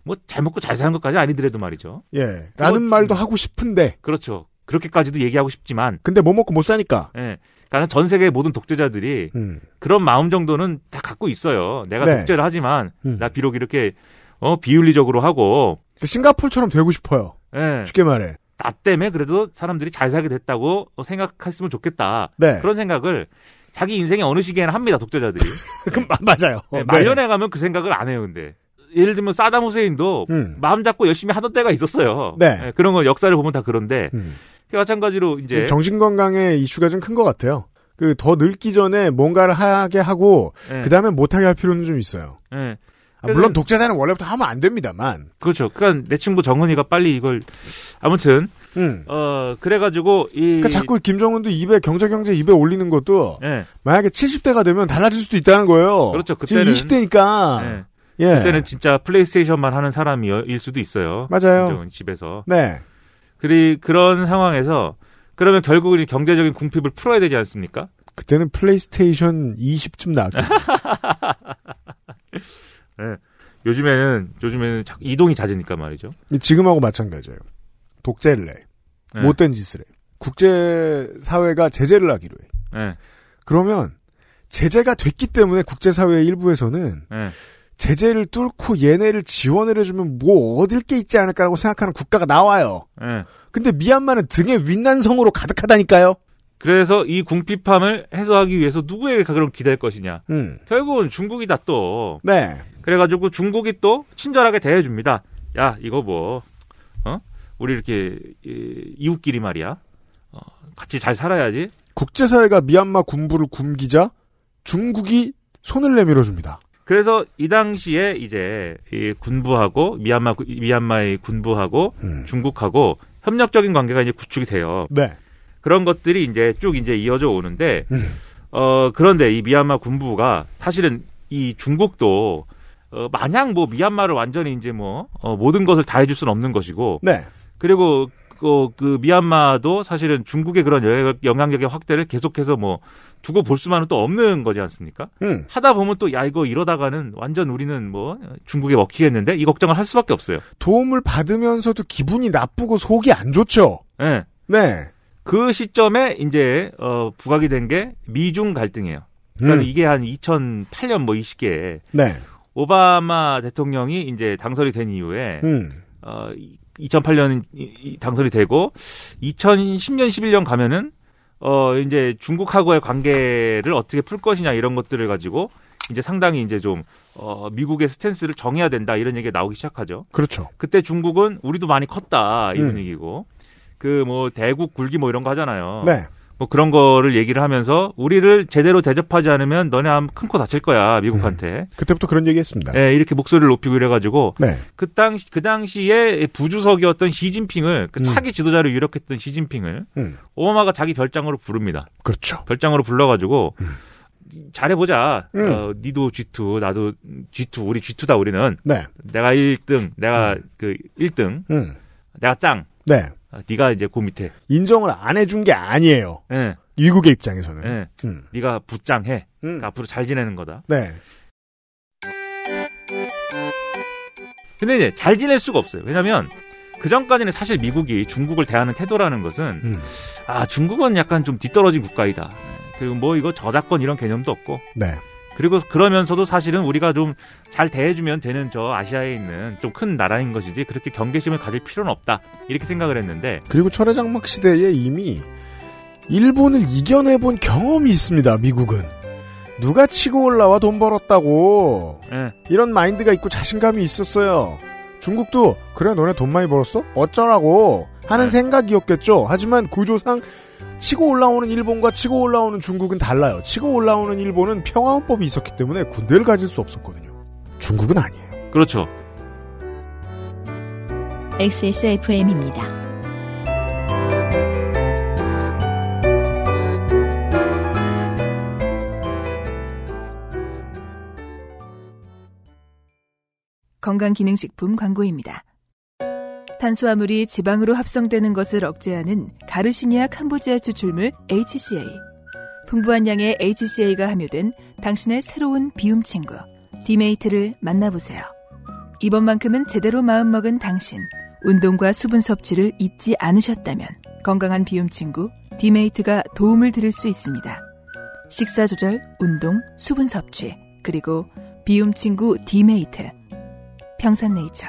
S3: 뭐 잘 먹고 잘 사는 것까지 아니더라도 말이죠.
S2: 예. 라는 말도 하고 싶은데
S3: 그렇죠. 그렇게까지도 얘기하고 싶지만,
S2: 근데 못 먹고 못 사니까.
S3: 예. 그러니까 전 세계의 모든 독재자들이
S2: 음.
S3: 그런 마음 정도는 다 갖고 있어요. 내가
S2: 네.
S3: 독재를 하지만
S2: 음.
S3: 나 비록 이렇게 어 비윤리적으로 하고,
S2: 싱가폴처럼 되고 싶어요.
S3: 예.
S2: 쉽게 말해.
S3: 나 때문에 그래도 사람들이 잘 살게 됐다고 생각했으면 좋겠다.
S2: 네.
S3: 그런 생각을 자기 인생의 어느 시기에는 합니다. 독재자들이.
S2: 그럼 마- 맞아요.
S3: 네,
S2: 어,
S3: 말년에 가면 그 생각을 안 해요, 근데. 예를 들면 사담 후세인도
S2: 음.
S3: 마음 잡고 열심히 하던 때가 있었어요.
S2: 네.
S3: 그런 거 역사를 보면 다 그런데
S2: 음.
S3: 마찬가지로 이제
S2: 그 정신 건강의 이슈가 좀 큰 것 같아요. 그 더 늙기 전에 뭔가를 하게 하고
S3: 예,
S2: 그 다음에 못하게 할 필요는 좀 있어요.
S3: 예.
S2: 아, 물론 독재자는 원래부터 하면 안 됩니다만.
S3: 그렇죠. 그러니까 내 친구 정은이가 빨리 이걸 아무튼
S2: 음.
S3: 어 그래가지고 이
S2: 그러니까 자꾸 김정은도 입에 경제 경제 입에 올리는 것도
S3: 예,
S2: 만약에 70대가 되면 달라질 수도 있다는 거예요.
S3: 그렇죠. 그때는-
S2: 지금 20대니까.
S3: 예.
S2: 예.
S3: 그때는 진짜 플레이스테이션만 하는 사람이일 수도 있어요.
S2: 맞아요.
S3: 김정은 집에서
S2: 네.
S3: 그리 그런 상황에서 그러면 결국은 이 경제적인 궁핍을 풀어야 되지 않습니까?
S2: 그때는 플레이스테이션 20쯤 나왔죠.
S3: 요즘에는 요즘에는 자꾸 이동이 잦으니까 말이죠.
S2: 지금하고 마찬가지예요. 독재를 해.
S3: 예,
S2: 못된 짓을 해. 국제사회가 제재를 하기로 해.
S3: 예,
S2: 그러면 제재가 됐기 때문에 국제사회 일부에서는
S3: 예.
S2: 제재를 뚫고 얘네를 지원을 해주면 뭐 얻을 게 있지 않을까라고 생각하는 국가가 나와요.
S3: 예.
S2: 근데 미얀마는 등에 윈난성으로 가득하다니까요.
S3: 그래서 이 궁핍함을 해소하기 위해서 누구에게 그럼 기댈 것이냐?
S2: 음.
S3: 결국은 중국이다 또.
S2: 네.
S3: 그래가지고 중국이 또 친절하게 대해줍니다. 야 이거 뭐, 어? 우리 이렇게 이, 이웃끼리 말이야. 어, 같이 잘 살아야지.
S2: 국제사회가 미얀마 군부를 굶기자 중국이 손을 내밀어 줍니다.
S3: 그래서 이 당시에 이제 이 군부하고 미얀마 구- 미얀마의 군부하고
S2: 음.
S3: 중국하고 협력적인 관계가 이제 구축이 돼요.
S2: 네.
S3: 그런 것들이 이제 쭉 이제 이어져 오는데
S2: 음.
S3: 어 그런데 이 미얀마 군부가 사실은 이 중국도 어, 마냥 뭐 미얀마를 완전히 이제 뭐 어, 모든 것을 다 해줄 수는 없는 것이고
S2: 네.
S3: 그리고 그, 그 미얀마도 사실은 중국의 그런 영향, 영향력의 확대를 계속해서 뭐 두고 볼 수만은 또 없는 거지 않습니까?
S2: 음.
S3: 하다 보면 또 야 이거 이러다가는 완전 우리는 뭐 중국에 먹히겠는데 이 걱정을 할 수밖에 없어요.
S2: 도움을 받으면서도 기분이 나쁘고 속이 안 좋죠.
S3: 예.
S2: 네.
S3: 그 시점에 이제 어 부각이 된 게 미중 갈등이에요. 그러니까
S2: 음.
S3: 이게 한 2008년 뭐 20기에
S2: 네.
S3: 오바마 대통령이 이제 당선이 된 이후에
S2: 음.
S3: 어 2008년 당선이 되고 2010년 11년 가면은 어 이제 중국하고의 관계를 어떻게 풀 것이냐 이런 것들을 가지고 이제 상당히 이제 좀어 미국의 스탠스를 정해야 된다 이런 얘기가 나오기 시작하죠.
S2: 그렇죠.
S3: 그때 중국은 우리도 많이 컸다 이런
S2: 음.
S3: 얘기고 그 뭐 대국 굴기 뭐 이런 거 하잖아요.
S2: 네.
S3: 뭐 그런 거를 얘기를 하면서 우리를 제대로 대접하지 않으면 너네 하면 큰코 다칠 거야 미국한테
S2: 그때부터 그런 얘기 했습니다.
S3: 예, 이렇게 목소리를 높이고 이래가지고
S2: 음. 아. 네.
S3: 그 당시 그 당시에 부주석이었던 시진핑을 그
S2: 음.
S3: 차기 지도자로 유력했던 시진핑을
S2: 음.
S3: 오바마가 자기 별장으로 부릅니다
S2: 그렇죠.
S3: 별장으로 불러가지고 잘해보자
S2: 음.
S3: 어, 니도 G2 나도 G2 우리 G2다 우리는
S2: 네.
S3: 내가 1등 내가 그 1등
S2: 음.
S3: 내가 짱
S2: 네.
S3: 아, 네가 이제 그 밑에
S2: 인정을 안 해준 게 아니에요.
S3: 예,
S2: 미국의 입장에서는.
S3: 예.
S2: 음.
S3: 네가 부짱해
S2: 음.
S3: 그러니까 앞으로 잘 지내는 거다
S2: 네.
S3: 근데 이제 잘 지낼 수가 없어요. 왜냐면 그 전까지는 사실 미국이 중국을 대하는 태도라는 것은
S2: 음.
S3: 아 중국은 약간 좀 뒤떨어진 국가이다. 그리고 뭐 이거 저작권 이런 개념도 없고
S2: 네.
S3: 그리고 그러면서도 사실은 우리가 좀 잘 대해주면 되는 저 아시아에 있는 좀 큰 나라인 것이지 그렇게 경계심을 가질 필요는 없다 이렇게 생각을 했는데
S2: 그리고 철회장막 시대에 이미 일본을 이겨내본 경험이 있습니다. 미국은 누가 치고 올라와 돈 벌었다고
S3: 예,
S2: 이런 마인드가 있고 자신감이 있었어요. 중국도 그래 너네 돈 많이 벌었어? 어쩌라고 하는
S3: 네.
S2: 생각이었겠죠. 하지만 구조상 치고 올라오는 일본과 치고 올라오는 중국은 달라요. 치고 올라오는 일본은 평화헌법이 있었기 때문에 군대를 가질 수 없었거든요. 중국은 아니에요.
S3: 그렇죠
S1: XSFM입니다.
S9: 건강기능식품 광고입니다. 탄수화물이 지방으로 합성되는 것을 억제하는 가르시니아 캄보지아 추출물 HCA. 풍부한 양의 HCA가 함유된 당신의 새로운 비움 친구, 디메이트를 만나보세요. 이번만큼은 제대로 마음먹은 당신, 운동과 수분 섭취를 잊지 않으셨다면 건강한 비움 친구, 디메이트가 도움을 드릴 수 있습니다. 식사 조절, 운동, 수분 섭취, 그리고 비움 친구 디메이트. 평산네이처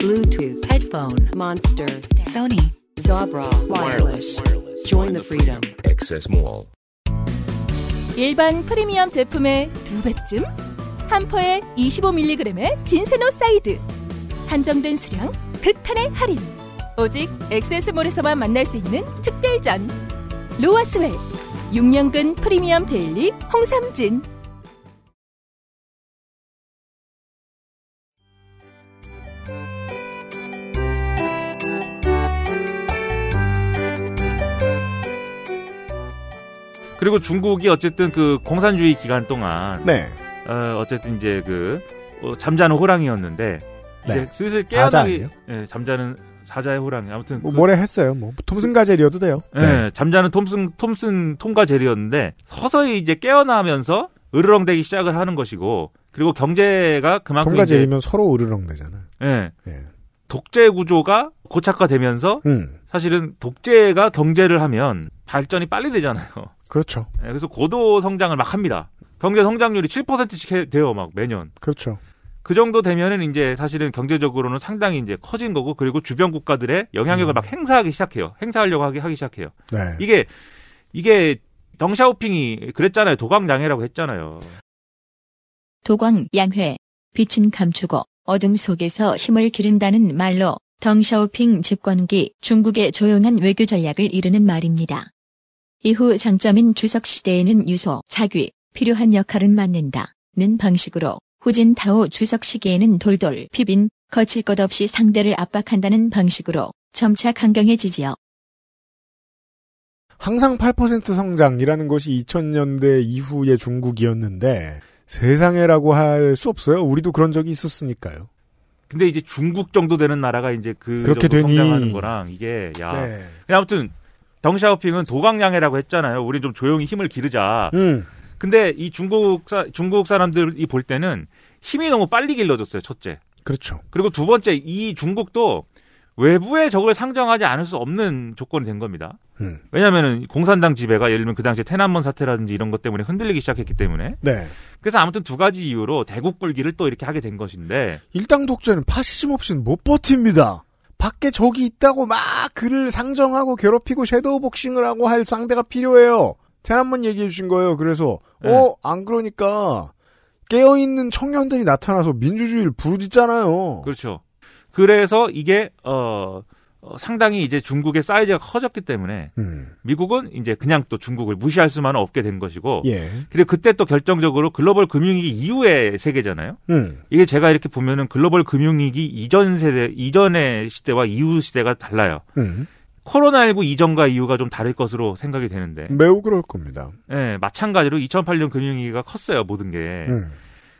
S10: Bluetooth, headphone, monster,
S1: Sony
S10: Zabra, wireless. Join the freedom.
S6: 일반 프리미엄 제품의 두 배쯤? 함퍼에 25mg의 진세노사이드. 한정된 수량, 극한의 할인. 오직 엑세스몰에서만 만날 수 있는 특별전. 로아스웰, 6년근 프리미엄 데일리 홍삼진.
S3: 그리고 중국이 어쨌든 그 공산주의 기간 동안
S2: 네.
S3: 어, 어쨌든 이제 그 어, 잠자는 호랑이였는데 이제
S2: 네.
S3: 슬슬
S2: 사자
S3: 깨어나기
S2: 아니에요?
S3: 예, 잠자는 사자의 호랑이 아무튼
S2: 뭐
S3: 그-
S2: 뭐래 했어요. 뭐 톰슨 가젤이어도 돼요. 네.
S3: 예, 잠자는 톰슨 톰슨 톰과 제리였는데 서서히 이제 깨어나면서 으르렁대기 시작을 하는 것이고 그리고 경제가 아, 그만큼
S2: 톰과
S3: 이제
S2: 젤이면 서로 으르렁 되잖아.
S3: 예,
S2: 예.
S3: 독재 구조가 고착화되면서
S2: 음.
S3: 사실은 독재가 경제를 하면 발전이 빨리 되잖아요.
S2: 그렇죠.
S3: 예, 그래서 고도 성장을 막 합니다. 경제 성장률이 7%씩 해- 돼요, 막 매년.
S2: 그렇죠.
S3: 그 정도 되면은 이제 사실은 경제적으로는 상당히 이제 커진 거고 그리고 주변 국가들의 영향력을
S2: 음.
S3: 막 행사하기 시작해요. 행사하려고 하기 하기 시작해요.
S2: 네.
S3: 이게 이게 덩샤오핑이 그랬잖아요. 도광장애라고 했잖아요.
S1: 도광 양회 빛은 감추고 어둠 속에서 힘을 기른다는 말로 덩샤오핑 집권기 중국의 조용한 외교 전략을 이르는 말입니다. 이후 장점인 주석 시대에는 유소, 자귀, 필요한 역할은 맡는다. 는 방식으로 후진타오 주석 시기에는 돌돌 피빈 거칠 것 없이 상대를 압박한다는 방식으로 점차 강경해지지요.
S2: 항상 8% 성장이라는 것이 2000년대 이후의 중국이었는데 세상에라고 할 수 없어요. 우리도 그런 적이 있었으니까요.
S3: 근데 이제 중국 정도 되는 나라가 이제 그
S2: 그렇게
S3: 정도
S2: 되니.
S3: 성장하는 거랑 이게 야.
S2: 네.
S3: 근데 아무튼 덩샤오핑은 도광양해라고 했잖아요. 우리 좀 조용히 힘을 기르자.
S2: 음.
S3: 근데 이 중국 사, 중국 사람들이 볼 때는 힘이 너무 빨리 길러졌어요. 첫째.
S2: 그렇죠.
S3: 그리고 두 번째 이 중국도 외부의 적을 상정하지 않을 수 없는 조건이 된 겁니다.
S2: 음.
S3: 왜냐하면 공산당 지배가 예를 들면 그 당시에 테난먼 사태라든지 이런 것 때문에 흔들리기 시작했기 때문에
S2: 네.
S3: 그래서 아무튼 두 가지 이유로 대국 굴기를 또 이렇게 하게 된 것인데
S2: 일당 독재는 파시즘 없이는 못 버팁니다. 밖에 적이 있다고 막 그를 상정하고 괴롭히고 섀도우 복싱을 하고 할 상대가 필요해요. 테란만 얘기해 주신 거예요. 그래서
S3: 네.
S2: 어 안 그러니까 깨어 있는 청년들이 나타나서 민주주의를 부르짖잖아요.
S3: 그렇죠. 그래서 이게 어, 어, 상당히 이제 중국의 사이즈가 커졌기 때문에
S2: 음.
S3: 미국은 이제 그냥 또 중국을 무시할 수만은 없게 된 것이고
S2: 예.
S3: 그리고 그때 또 결정적으로 글로벌 금융위기 이후의 세계잖아요.
S2: 음.
S3: 이게 제가 이렇게 보면은 글로벌 금융위기 이전 세대, 이전의 시대와 이후 시대가 달라요.
S2: 음.
S3: 코로나19 이전과 이후가 좀 다를 것으로 생각이 되는데,
S2: 매우 그럴 겁니다.
S3: 예, 마찬가지로 2008년 금융위기가 컸어요, 모든 게.
S2: 음.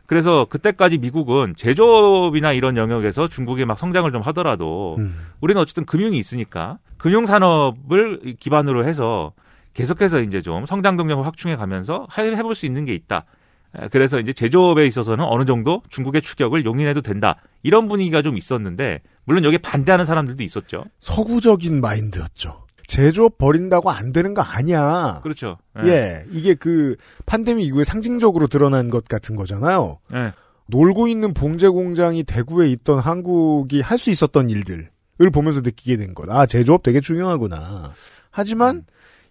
S3: 그래서 그때까지 미국은 제조업이나 이런 영역에서 중국이 막 성장을 좀 하더라도,
S2: 음.
S3: 우리는 어쨌든 금융이 있으니까, 금융산업을 기반으로 해서 계속해서 이제 좀 성장 동력을 확충해 가면서 해- 해볼 수 있는 게 있다. 예, 그래서 이제 제조업에 있어서는 어느 정도 중국의 추격을 용인해도 된다. 이런 분위기가 좀 있었는데, 물론 여기에 반대하는 사람들도 있었죠.
S2: 서구적인 마인드였죠. 제조업 버린다고 안 되는 거 아니야.
S3: 그렇죠.
S2: 예. 이게 그 판데믹 이후에 상징적으로 드러난 것 같은 거잖아요.
S3: 예.
S2: 놀고 있는 봉제 공장이 대구에 있던 한국이 할 수 있었던 일들을 보면서 느끼게 된 것. 아, 제조업 되게 중요하구나. 하지만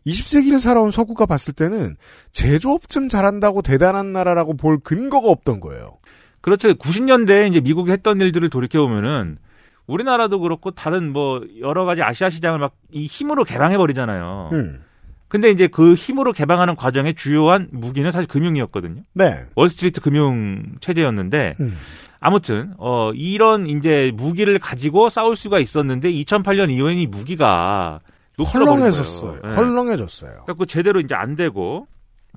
S2: 20세기를 살아온 서구가 봤을 때는 제조업쯤 잘한다고 대단한 나라라고 볼 근거가 없던 거예요.
S3: 그렇죠. 90년대 이제 미국이 했던 일들을 돌이켜 보면은 우리나라도 그렇고 다른 뭐 여러 가지 아시아 시장을 막 이 힘으로 개방해 버리잖아요.
S2: 음.
S3: 근데 이제 그 힘으로 개방하는 과정의 주요한 무기는 사실 금융이었거든요.
S2: 네.
S3: 월스트리트 금융 체제였는데
S2: 음.
S3: 아무튼 어 이런 이제 무기를 가지고 싸울 수가 있었는데 2008년 이후에는 이 무기가 녹슬어버린 거예요.
S2: 헐렁해졌어요.
S3: 예.
S2: 헐렁해졌어요.
S3: 그래갖고 제대로 이제 안 되고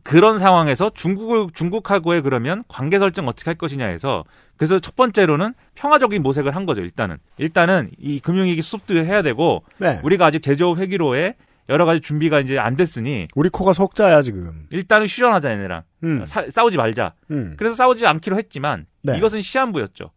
S3: 그런 상황에서 중국을 중국하고의 그러면 관계 설정 어떻게 할 것이냐 해서 그래서 첫 번째로는 평화적인 모색을 한 거죠 일단은 일단은 이 금융위기 수습도 해야 되고
S2: 네. 우리,
S3: 우리가 아직 제조업 회기로에 여러 가지 준비가 이제 안 됐으니
S2: 코가 석자야, 지금.
S3: 일단은 휴전하자 얘네랑
S2: 음.
S3: 사- 싸우지 말자
S2: 음.
S3: 그래서 싸우지 않기로 했지만
S2: 네.
S3: 이것은 시한부였죠.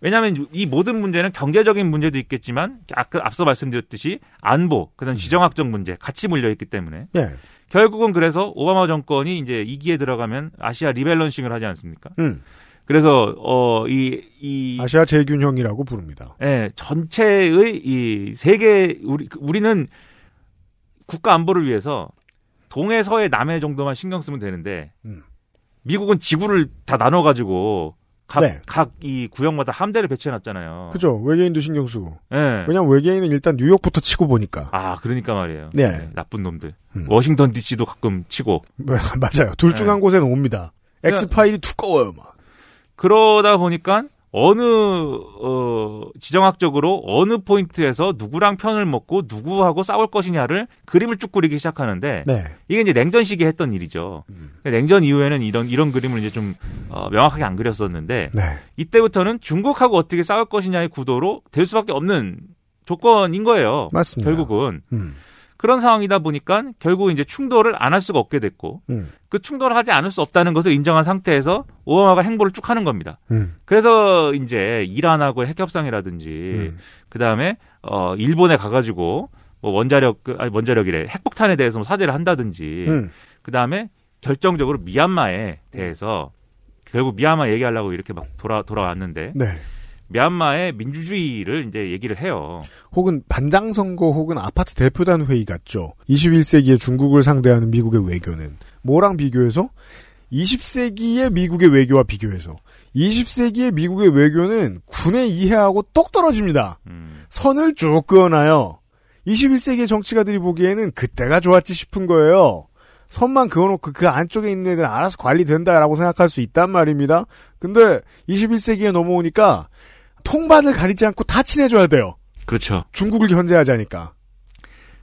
S3: 왜냐하면 이 모든 문제는 경제적인 문제도 있겠지만 아까 앞서 말씀드렸듯이 안보, 그다음 지정학적 문제 같이 물려 있기 때문에
S2: 예.
S3: 결국은 그래서 오바마 정권이 이제 2기에 들어가면 아시아 리밸런싱을 하지 않습니까?
S2: 음.
S3: 그래서 어이이
S2: 아시아 재균형이라고 부릅니다.
S3: 예, 전체의 이 세계 우리 우리는 국가 안보를 위해서 동해 서해 남해 정도만 신경 쓰면 되는데
S2: 음.
S3: 미국은 지구를 다 나눠 가지고
S2: 네.
S3: 각 각 이 구역마다 함대를 배치해 놨잖아요.
S2: 그죠? 외계인도 신경 쓰고.
S3: 예.
S2: 왜냐면 외계인은 일단 뉴욕부터 치고 보니까.
S3: 아, 그러니까 말이에요.
S2: 네.
S3: 나쁜 놈들.
S2: 음.
S3: 워싱턴 DC도 가끔 치고
S2: 맞아요. 둘 중
S3: 네.
S2: 한 곳에는 옵니다.
S3: 그러니까-
S2: 엑스파일이 두꺼워요, 막.
S3: 그러다 보니까 어느 어, 지정학적으로 어느 포인트에서 누구랑 편을 먹고 누구하고 싸울 것이냐를 그림을 쭉 그리기 시작하는데
S2: 네. 음.
S3: 이게 이제 냉전 시기에 했던 일이죠. 냉전 이후에는 이런 이런 그림을 이제 좀 어, 명확하게 안 그렸었는데
S2: 네.
S3: 이때부터는 중국하고 어떻게 싸울 것이냐의 구도로 될 수밖에 없는 조건인 거예요.
S2: 맞습니다.
S3: 어, 결국은
S2: 음.
S3: 그런 상황이다 보니까 결국 이제 충돌을 안 할 수가 없게 됐고
S2: 음.
S3: 그 충돌을 하지 않을 수 없다는 것을 인정한 상태에서 오바마가 행보를 쭉 하는 겁니다.
S2: 음.
S3: 그래서 이제 이란하고 핵 협상이라든지
S2: 음.
S3: 그 다음에 어 일본에 가가지고 뭐 원자력 그, 아니 원자력이래 핵폭탄에 대해서 뭐 사죄를 한다든지
S2: 음.
S3: 그 다음에 결정적으로 미얀마에 대해서 결국 미얀마 얘기하려고 이렇게 막 돌아 돌아왔는데
S2: 네.
S3: 미얀마의 민주주의를 이제 얘기를 해요.
S2: 혹은 반장 선거 혹은 아파트 대표단 회의 같죠. 21세기의 중국을 상대하는 미국의 외교는 뭐랑 비교해서 20세기의 미국의 외교와 비교해서 20세기의 미국의 외교는 군의 이해하고 똑 떨어집니다.
S3: 음,
S2: 선을 쭉 그어놔요. 21세기의 정치가들이 보기에는 그때가 좋았지 싶은 거예요. 선만 그어놓고 그 안쪽에 있는 애들은 알아서 관리된다라고 생각할 수 있단 말입니다. 근데 21세기에 넘어오니까 통반을 가리지 않고 다 친해져야 돼요.
S3: 그렇죠.
S2: 중국을 견제하자니까.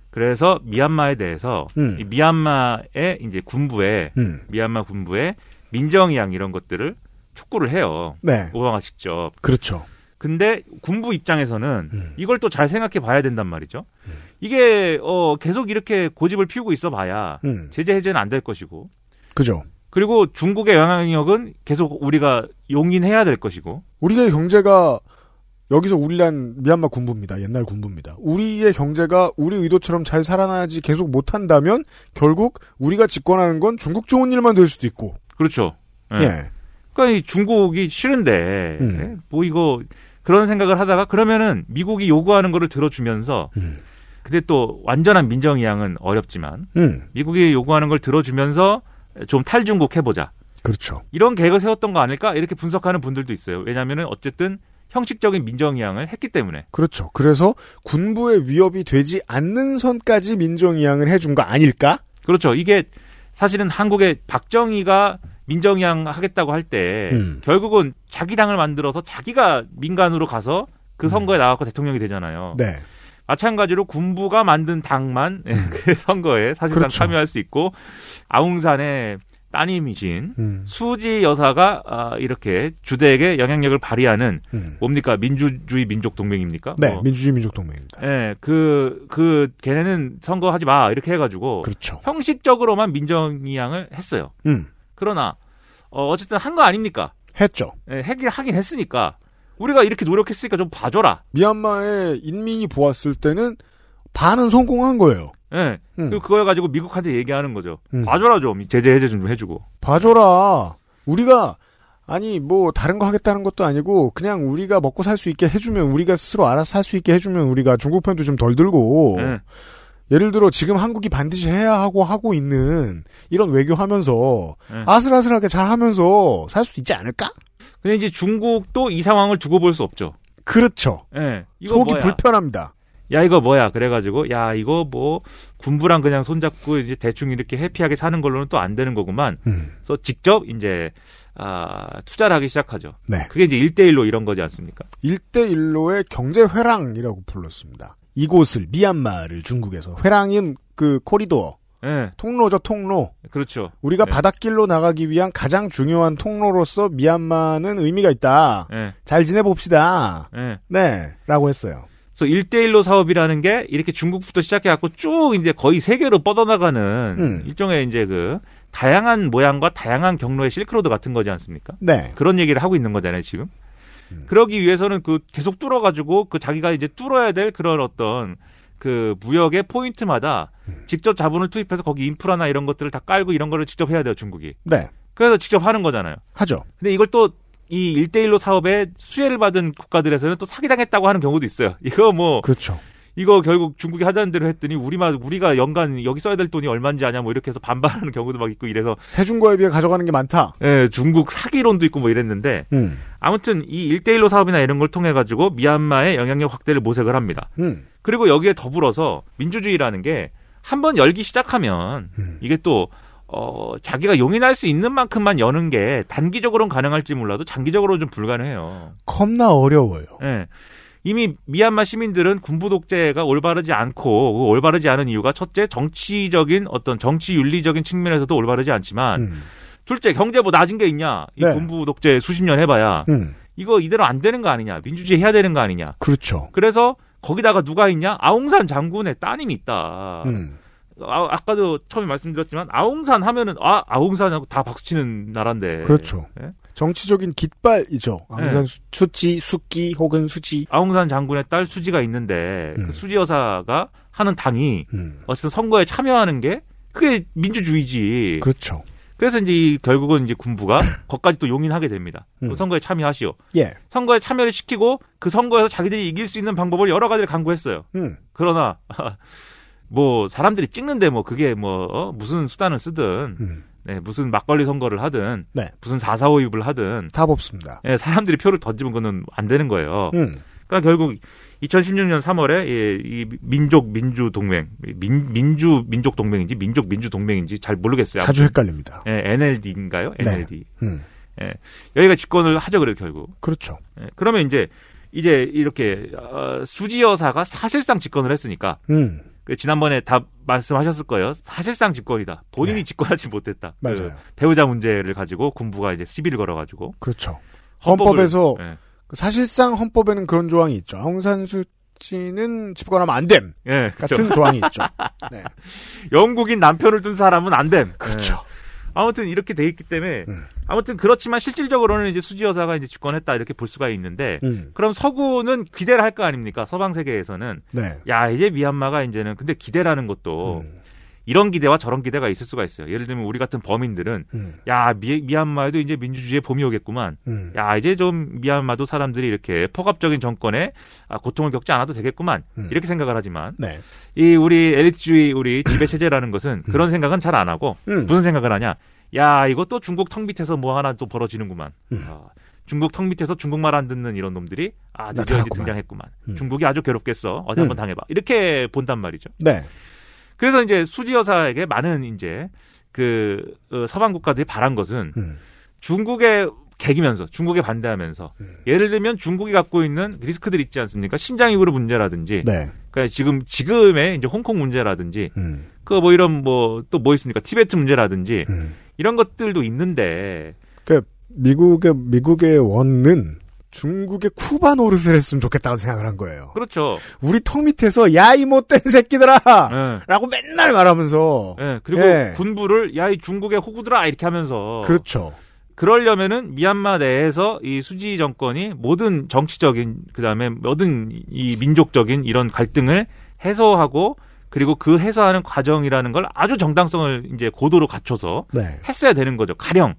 S3: 그래서 미얀마에 대해서
S2: 음.
S3: 이 미얀마의 이제 군부에
S2: 음.
S3: 미얀마 군부에 민정이양 이런 것들을 촉구를 해요.
S2: 네.
S3: 오바마 직접.
S2: 그렇죠.
S3: 근데 군부 입장에서는
S2: 음.
S3: 이걸 또 잘 생각해 봐야 된단 말이죠. 이게 어 계속 이렇게 고집을 피우고 있어 봐야
S2: 음.
S3: 제재 해제는 안 될 것이고
S2: 그죠.
S3: 그리고 중국의 영향력은 계속 우리가 용인해야 될 것이고
S2: 우리의 경제가 여기서 우리란 미얀마 군부입니다. 옛날 군부입니다. 우리의 경제가 우리 의도처럼 잘 살아나지 계속 못한다면 결국 우리가 집권하는 건 중국 좋은 일만 될 수도 있고.
S3: 그렇죠. 예.
S2: 예.
S3: 그러니까 이 중국이 싫은데
S2: 음.
S3: 예? 뭐 이거 그런 생각을 하다가 그러면은 미국이 요구하는 거를 들어주면서
S2: 음.
S3: 근데 또 완전한 민정이양은 어렵지만
S2: 음.
S3: 미국이 요구하는 걸 들어주면서 좀 탈중국 해보자.
S2: 그렇죠.
S3: 이런 계획을 세웠던 거 아닐까 이렇게 분석하는 분들도 있어요. 왜냐하면 어쨌든 형식적인 민정이양을 했기 때문에
S2: 그렇죠. 그래서 군부의 위협이 되지 않는 선까지 민정이양을 해준 거 아닐까?
S3: 그렇죠. 이게 사실은 한국의 박정희가 민정이양 하겠다고 할 때
S2: 음.
S3: 결국은 자기 당을 만들어서 자기가 민간으로 가서 그 선거에 나가고 대통령이 되잖아요.
S2: 음. 네.
S3: 마찬가지로 군부가 만든 당만 그 선거에 사실상
S2: 그렇죠.
S3: 참여할 수 있고 아웅산의 따님이신
S2: 음.
S3: 수지 여사가 아, 이렇게 주대에게 영향력을 발휘하는
S2: 음.
S3: 뭡니까 민주주의 민족 동맹입니까?
S2: 네.
S3: 어,
S2: 민주주의 민족 동맹입니다.
S3: 예, 그, 그, 걔네는 선거하지 마. 이렇게 해가지고.
S2: 그렇죠.
S3: 형식적으로만 민정이양을 했어요.
S2: 음.
S3: 그러나, 어, 어쨌든 한 거 아닙니까?
S2: 했죠.
S3: 예, 하긴, 하긴 했으니까. 우리가 이렇게 노력했으니까 좀 봐줘라.
S2: 미얀마의 인민이 보았을 때는 반은 성공한 거예요.
S3: 예, 예.
S2: 음.
S3: 그리고 그걸 가지고 미국한테 얘기하는 거죠.
S2: 음.
S3: 봐줘라 좀 제재 해제 좀 해주고.
S2: 봐줘라. 우리가 아니 뭐 다른 거 하겠다는 것도 아니고 그냥 우리가 먹고 살 수 있게 해주면 우리가 스스로 알아서 할 수 있게 해주면 우리가 중국 편도 좀 덜 들고
S3: 예.
S2: 예를 들어 지금 한국이 반드시 해야 하고 하고 있는 이런 외교하면서
S3: 예.
S2: 아슬아슬하게 잘 하면서 살 수 있지 않을까?
S3: 근데 이제 중국도 이 상황을 두고 볼 수 없죠.
S2: 그렇죠.
S3: 예. 이거
S2: 속이
S3: 뭐야?
S2: 불편합니다.
S3: 야 이거 뭐야? 그래가지고 야 이거 뭐 군부랑 그냥 손잡고 이제 대충 이렇게 해피하게 사는 걸로는 또 안 되는 거구만.
S2: 음,
S3: 그래서 직접 이제 아, 투자를 하기 시작하죠.
S2: 네.
S3: 그게 이제 1대1로 이런 거지 않습니까?
S2: 1대1로의 경제 회랑이라고 불렀습니다. 이곳을 미얀마를 중국에서 회랑인 그 코리도어
S3: 예.
S2: 통로죠 통로
S3: 그렇죠.
S2: 우리가
S3: 네.
S2: 바닷길로 나가기 위한 가장 중요한 통로로서 미얀마는 의미가 있다.
S3: 예.
S2: 잘 지내봅시다.
S3: 예.
S2: 네. 라고 했어요.
S3: 그래서 1대1로 사업이라는 게 이렇게 중국부터 시작해갖고 쭉 이제 거의 세계로 뻗어나가는
S2: 음.
S3: 일종의 이제 그 다양한 모양과 다양한 경로의 실크로드 같은 거지 않습니까?
S2: 네.
S3: 그런 얘기를 하고 있는 거잖아요, 지금. 그러기 위해서는 그 계속 뚫어가지고 그 자기가 이제 뚫어야 될 그런 어떤 그 무역의 포인트마다 직접 자본을 투입해서 거기 인프라나 이런 것들을 다 깔고 이런 거를 직접 해야 돼요, 중국이.
S2: 네.
S3: 그래서 직접 하는 거잖아요.
S2: 하죠.
S3: 근데 이걸 또 이 일대일로 사업에 수혜를 받은 국가들에서는 또 사기당했다고 하는 경우도 있어요. 이거 뭐,
S2: 그렇죠.
S3: 이거 결국 중국이 하자는 대로 했더니 우리만, 우리가 연간 여기 써야 될 돈이 얼마인지 아냐 뭐 이렇게 해서 반발하는 경우도 막 있고 이래서,
S2: 해준 거에 비해 가져가는 게 많다.
S3: 예, 중국 사기론도 있고 뭐 이랬는데,
S2: 음.
S3: 아무튼 이일대일로 사업이나 이런 걸 통해 가지고 미얀마의 영향력 확대를 모색을 합니다.
S2: 음.
S3: 그리고 여기에 더불어서 민주주의라는 게 한번 열기 시작하면
S2: 음.
S3: 이게 또 어, 자기가 용인할 수 있는 만큼만 여는 게 단기적으로는 가능할지 몰라도 장기적으로는 좀 불가능해요.
S2: 겁나 어려워요.
S3: 예. 이미 미얀마 시민들은 군부 독재가 올바르지 않고 그 올바르지 않은 이유가 첫째 정치적인 어떤 정치 윤리적인 측면에서도 올바르지 않지만
S2: 음.
S3: 둘째 경제 뭐 낮은 게 있냐 이
S2: 네.
S3: 군부 독재 수십 년 해봐야
S2: 음.
S3: 이거 이대로 안 되는 거 아니냐 민주주의 해야 되는 거 아니냐
S2: 그렇죠.
S3: 그래서 거기다가 누가 있냐 아웅산 장군의 따님이 있다
S2: 음.
S3: 아, 까도 처음에 말씀드렸지만 아웅산 하면은 아 아웅산하고 다 박수치는 나라인데
S2: 그렇죠.
S3: 예?
S2: 정치적인 깃발이죠. 아무튼
S3: 네.
S2: 수- 수지, 숙기 혹은 수지.
S3: 아웅산 장군의 딸 수지가 있는데
S2: 음.
S3: 그 수지 여사가 하는 당이
S2: 음.
S3: 어쨌든 선거에 참여하는 게 그게 민주주의지
S2: 그렇죠.
S3: 래서 이제 이 결국은 이제 군부가 거기까지 또 용인하게 됩니다
S2: 음.
S3: 그 선거에 참여하시오
S2: 예.
S3: 선거에 참여를 시키고 그 선거에서 자기들이 이길 수 있는 방법을 여러 가지를 강구했어요
S2: 음.
S3: 그러나 뭐 사람들이 찍는데 뭐 그게 뭐 어? 무슨 수단을 쓰든
S2: 음.
S3: 네, 무슨 막걸리 선거를 하든
S2: 네.
S3: 무슨 445입을 하든
S2: 답 없습니다.
S3: 예, 사람들이 표를 던지면 그건 안 되는 거예요.
S2: 음.
S3: 그러니까 결국 2016년 3월에 이 민족 민주 동맹 민 민주 민족 동맹인지 민족 민주 동맹인지 잘 모르겠어요.
S2: 자주 헷갈립니다.
S3: 예, NLD인가요?
S2: 네.
S3: NLD.
S2: 음.
S3: 여기가 집권을 하죠, 그래 결국.
S2: 그렇죠.
S3: 예, 그러면 이제 이제 이렇게 어, 수지 여사가 사실상 집권을 했으니까
S2: 음.
S3: 그 지난번에 다 말씀하셨을 거예요. 사실상 집권이다. 본인이
S2: 네.
S3: 집권하지 못했다. 그
S2: 맞아요.
S3: 배우자 문제를 가지고 군부가 이제 시비를 걸어가지고
S2: 그렇죠.
S3: 헌법을-
S2: 헌법에서
S3: 예.
S2: 사실상 헌법에는 그런 조항이 있죠. 아웅산 수치는 집권하면 안 됨.
S3: 예, 그렇죠.
S2: 같은 조항이 있죠. 네.
S3: 영국인 남편을 둔 사람은 안 됨.
S2: 그렇죠.
S3: 예. 아무튼 이렇게 돼 있기 때문에
S2: 음.
S3: 아무튼 그렇지만 실질적으로는 이제 수지 여사가 이제 집권했다 이렇게 볼 수가 있는데
S2: 음.
S3: 그럼 서구는 기대를 할 거 아닙니까? 서방 세계에서는
S2: 네.
S3: 야 이제 미얀마가 이제는 근데 기대라는 것도
S2: 음.
S3: 이런 기대와 저런 기대가 있을 수가 있어요. 예를 들면 우리 같은 범인들은
S2: 음.
S3: 야 미, 미얀마에도 이제 민주주의의 봄이 오겠구만.
S2: 음.
S3: 야 이제 좀 미얀마도 사람들이 이렇게 포갑적인 정권에 아, 고통을 겪지 않아도 되겠구만
S2: 음.
S3: 이렇게 생각을 하지만
S2: 네.
S3: 이 우리 엘리트주의 우리 지배 체제라는 것은 그런 생각은 잘 안 하고
S2: 음.
S3: 무슨 생각을 하냐 야 이거 또 중국 턱 밑에서 뭐 하나 또 벌어지는구만
S2: 음.
S3: 아, 중국 턱 밑에서 중국말 안 듣는 이런 놈들이 아 드디어 이제
S2: 나타났구만.
S3: 등장했구만
S2: 음.
S3: 중국이 아주 괴롭겠어
S2: 음.
S3: 어디 한번 당해봐 이렇게 본단 말이죠
S2: 네.
S3: 그래서 이제 수지 여사에게 많은 이제 그 어, 서방 국가들이 바란 것은
S2: 음.
S3: 중국에 개기면서 중국에 반대하면서
S2: 음.
S3: 예를 들면 중국이 갖고 있는 리스크들 있지 않습니까? 신장 이후로 문제라든지
S2: 네.
S3: 그러니까 지금 지금의 이제 홍콩 문제라든지
S2: 음.
S3: 그 뭐 이런 뭐 또 뭐 있습니까? 티베트 문제라든지
S2: 음.
S3: 이런 것들도 있는데
S2: 미국의 미국의 원은 중국의 쿠바 노릇을 했으면 좋겠다고 생각을 한 거예요.
S3: 그렇죠.
S2: 우리 턱 밑에서 야 이 못된 새끼들아!
S3: 예.
S2: 라고 맨날 말하면서
S3: 예. 그리고
S2: 예.
S3: 군부를 야 이 중국의 호구들아 이렇게 하면서
S2: 그렇죠.
S3: 그러려면은 미얀마 내에서 이 수지 정권이 모든 정치적인 그다음에 모든 이 민족적인 이런 갈등을 해소하고 그리고 그 해소하는 과정이라는 걸 아주 정당성을 이제 고도로 갖춰서
S2: 네.
S3: 했어야 되는 거죠. 가령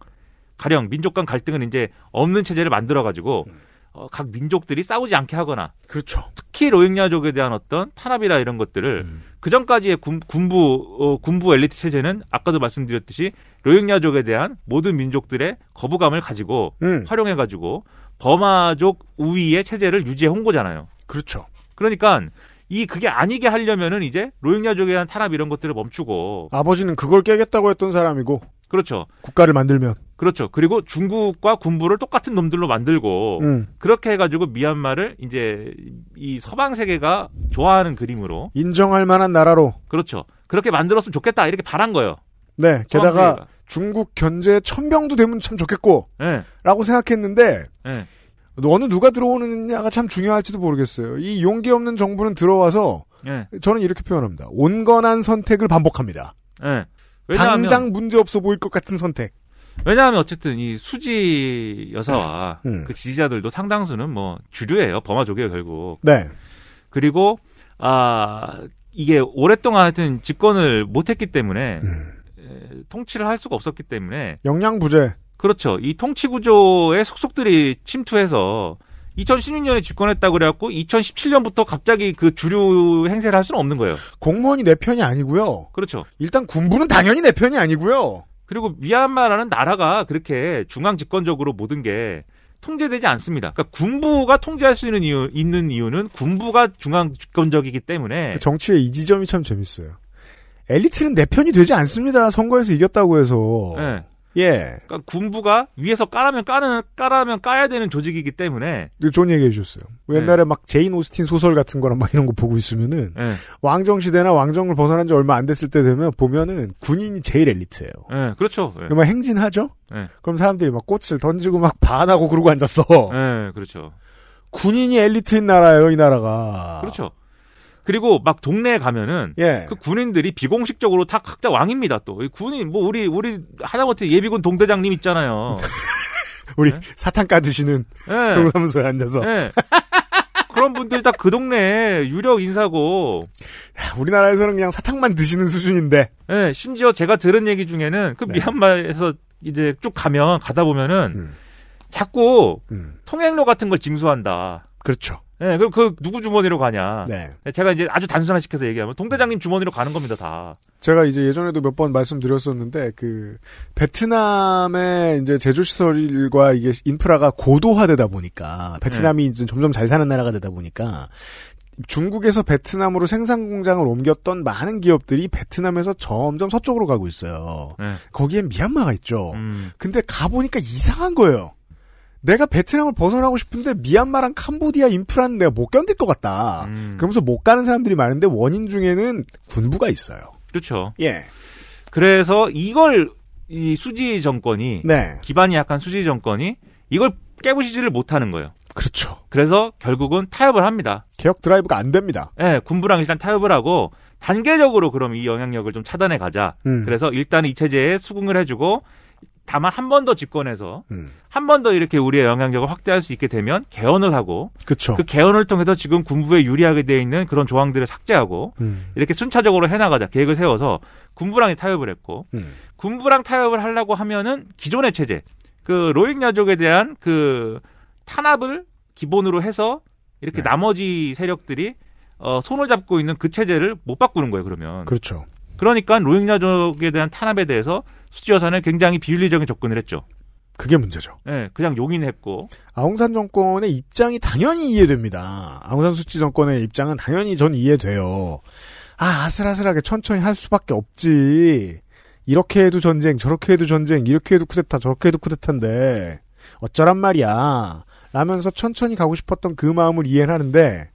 S3: 가령 민족 간 갈등은 이제 없는 체제를 만들어 가지고 어, 각 민족들이 싸우지 않게 하거나
S2: 그렇죠.
S3: 특히 로힝야족에 대한 어떤 탄압이나 이런 것들을
S2: 음.
S3: 그 전까지의 군, 군부 어, 군부 엘리트 체제는 아까도 말씀드렸듯이 로힝야족에 대한 모든 민족들의 거부감을 가지고
S2: 음.
S3: 활용해 가지고 버마족 우위의 체제를 유지해 온 거잖아요.
S2: 그렇죠.
S3: 그러니까 이 그게 아니게 하려면은 이제 로힝야족에 대한 탄압 이런 것들을 멈추고
S2: 아버지는 그걸 깨겠다고 했던 사람이고
S3: 그렇죠.
S2: 국가를 만들면
S3: 그렇죠. 그리고 중국과 군부를 똑같은 놈들로 만들고
S2: 음.
S3: 그렇게 해가지고 미얀마를 이제 이 서방 세계가 좋아하는 그림으로
S2: 인정할 만한 나라로
S3: 그렇죠. 그렇게 만들었으면 좋겠다 이렇게 바란 거예요.
S2: 네 게다가
S3: 서방 세계가.
S2: 중국 견제 천병도 되면 참 좋겠고
S3: 예.
S2: 라고 생각했는데
S3: 예.
S2: 어느 누가 들어오느냐가 참 중요할지도 모르겠어요. 이 용기 없는 정부는 들어와서
S3: 예.
S2: 저는 이렇게 표현합니다. 온건한 선택을 반복합니다.
S3: 예. 왜냐하면
S2: 당장 문제 없어 보일 것 같은 선택.
S3: 왜냐하면 어쨌든 이 수지 여사와
S2: 음.
S3: 그 지지자들도 상당수는 뭐 주류예요. 버마족이에요 결국.
S2: 네.
S3: 그리고 아 이게 오랫동안 하여튼 집권을 못했기 때문에
S2: 음.
S3: 에, 통치를 할 수가 없었기 때문에
S2: 영양 부재.
S3: 그렇죠. 이 통치 구조의 속속들이 침투해서 2016년에 집권했다고 그래갖고 2017년부터 갑자기 그 주류 행세를 할 수는 없는 거예요.
S2: 공무원이 내 편이 아니고요.
S3: 그렇죠.
S2: 일단 군부는 당연히 내 편이 아니고요.
S3: 그리고 미얀마라는 나라가 그렇게 중앙 집권적으로 모든 게 통제되지 않습니다. 그러니까 군부가 통제할 수 있는 이유 있는 이유는 군부가 중앙 집권적이기 때문에
S2: 그 정치의 이 지점이 참 재밌어요. 엘리트는 내 편이 되지 않습니다. 선거에서 이겼다고 해서.
S3: 예.
S2: 예.
S3: 그러니까 군부가 위에서 까라면 까는 까라면 까야 되는 조직이기 때문에
S2: 이거 네, 좋은 얘기 해주셨어요. 뭐
S3: 네.
S2: 옛날에 막 제인 오스틴 소설 같은 거랑 막 이런 거 보고 있으면은
S3: 예.
S2: 왕정 시대나 왕정을 벗어난 지 얼마 안 됐을 때 되면 보면은 군인이 제일 엘리트예요.
S3: 예, 그렇죠. 예.
S2: 막 행진하죠?
S3: 네.
S2: 그럼 사람들이 막 꽃을 던지고 막 반하고 그러고 앉았어.
S3: 예, 그렇죠.
S2: 군인이 엘리트인 나라예요, 이 나라가.
S3: 그렇죠. 그리고 막 동네에 가면은
S2: 예.
S3: 그 군인들이 비공식적으로 다 각자 왕입니다. 또이 군인 뭐 우리 우리 하다못해 예비군 동대장님 있잖아요.
S2: 우리
S3: 네.
S2: 사탕 까드시는
S3: 예.
S2: 동사무소에 앉아서.
S3: 예. 그런 분들 다 그 동네 유력 인사고,
S2: 우리나라에서는 그냥 사탕만 드시는 수준인데.
S3: 예, 심지어 제가 들은 얘기 중에는 그
S2: 네.
S3: 미얀마에서 이제 쭉 가면 가다 보면은
S2: 음.
S3: 자꾸
S2: 음.
S3: 통행로 같은 걸 징수한다.
S2: 그렇죠.
S3: 예, 그럼 그 누구 주머니로 가냐? 예,
S2: 네.
S3: 제가 이제 아주 단순화시켜서 얘기하면 동대장님 주머니로 가는 겁니다 다.
S2: 제가 이제 예전에도 몇 번 말씀드렸었는데 그 베트남의 이제 제조 시설과 이게 인프라가 고도화되다 보니까 베트남이
S3: 네.
S2: 이제 점점 잘 사는 나라가 되다 보니까 중국에서 베트남으로 생산 공장을 옮겼던 많은 기업들이 베트남에서 점점 서쪽으로 가고 있어요.
S3: 네.
S2: 거기에 미얀마가 있죠.
S3: 음,
S2: 근데 가보니까 이상한 거예요. 내가 베트남을 벗어나고 싶은데 미얀마랑 캄보디아 인프라는 내가 못 견딜 것 같다.
S3: 음.
S2: 아, 그러면서 못 가는 사람들이 많은데 원인 중에는 군부가 있어요.
S3: 그렇죠.
S2: 예.
S3: 그래서 이걸 이 수지 정권이
S2: 네.
S3: 기반이 약한 수지 정권이 이걸 깨부시지를 못하는 거예요.
S2: 그렇죠.
S3: 그래서 결국은 타협을 합니다.
S2: 개혁 드라이브가 안 됩니다.
S3: 예, 군부랑 일단 타협을 하고 단계적으로 그럼 이 영향력을 좀 차단해 가자.
S2: 음.
S3: 그래서 일단 이 체제에 수긍을 해주고 다만 한 번 더 집권해서
S2: 음.
S3: 한 번 더 이렇게 우리의 영향력을 확대할 수 있게 되면 개헌을 하고
S2: 그쵸.
S3: 그 개헌을 통해서 지금 군부에 유리하게 돼 있는 그런 조항들을 삭제하고
S2: 음.
S3: 이렇게 순차적으로 해나가자 계획을 세워서 군부랑 타협을 했고
S2: 음.
S3: 군부랑 타협을 하려고 하면은 기존의 체제 그 로잉야족에 대한 그 탄압을 기본으로 해서 이렇게
S2: 네.
S3: 나머지 세력들이 어, 손을 잡고 있는 그 체제를 못 바꾸는 거예요 그러면
S2: 그렇죠.
S3: 그... 러니까 로잉야족에 대한 탄압에 대해서 수지여사는 굉장히 비윤리적인 접근을 했죠
S2: 그게 문제죠.
S3: 예 그냥 용인했고
S2: 아웅산 정권의 입장이 당연히 이해됩니다. 아웅산 수치 정권의 입장은 당연히 전 이해돼요. 아, 아슬아슬하게 천천히 할 수밖에 없지. 이렇게 해도 전쟁, 저렇게 해도 전쟁, 이렇게 해도 쿠데타, 저렇게 해도 쿠데타인데, 어쩌란 말이야. 라면서 천천히 가고 싶었던 그 마음을 이해는 하는데,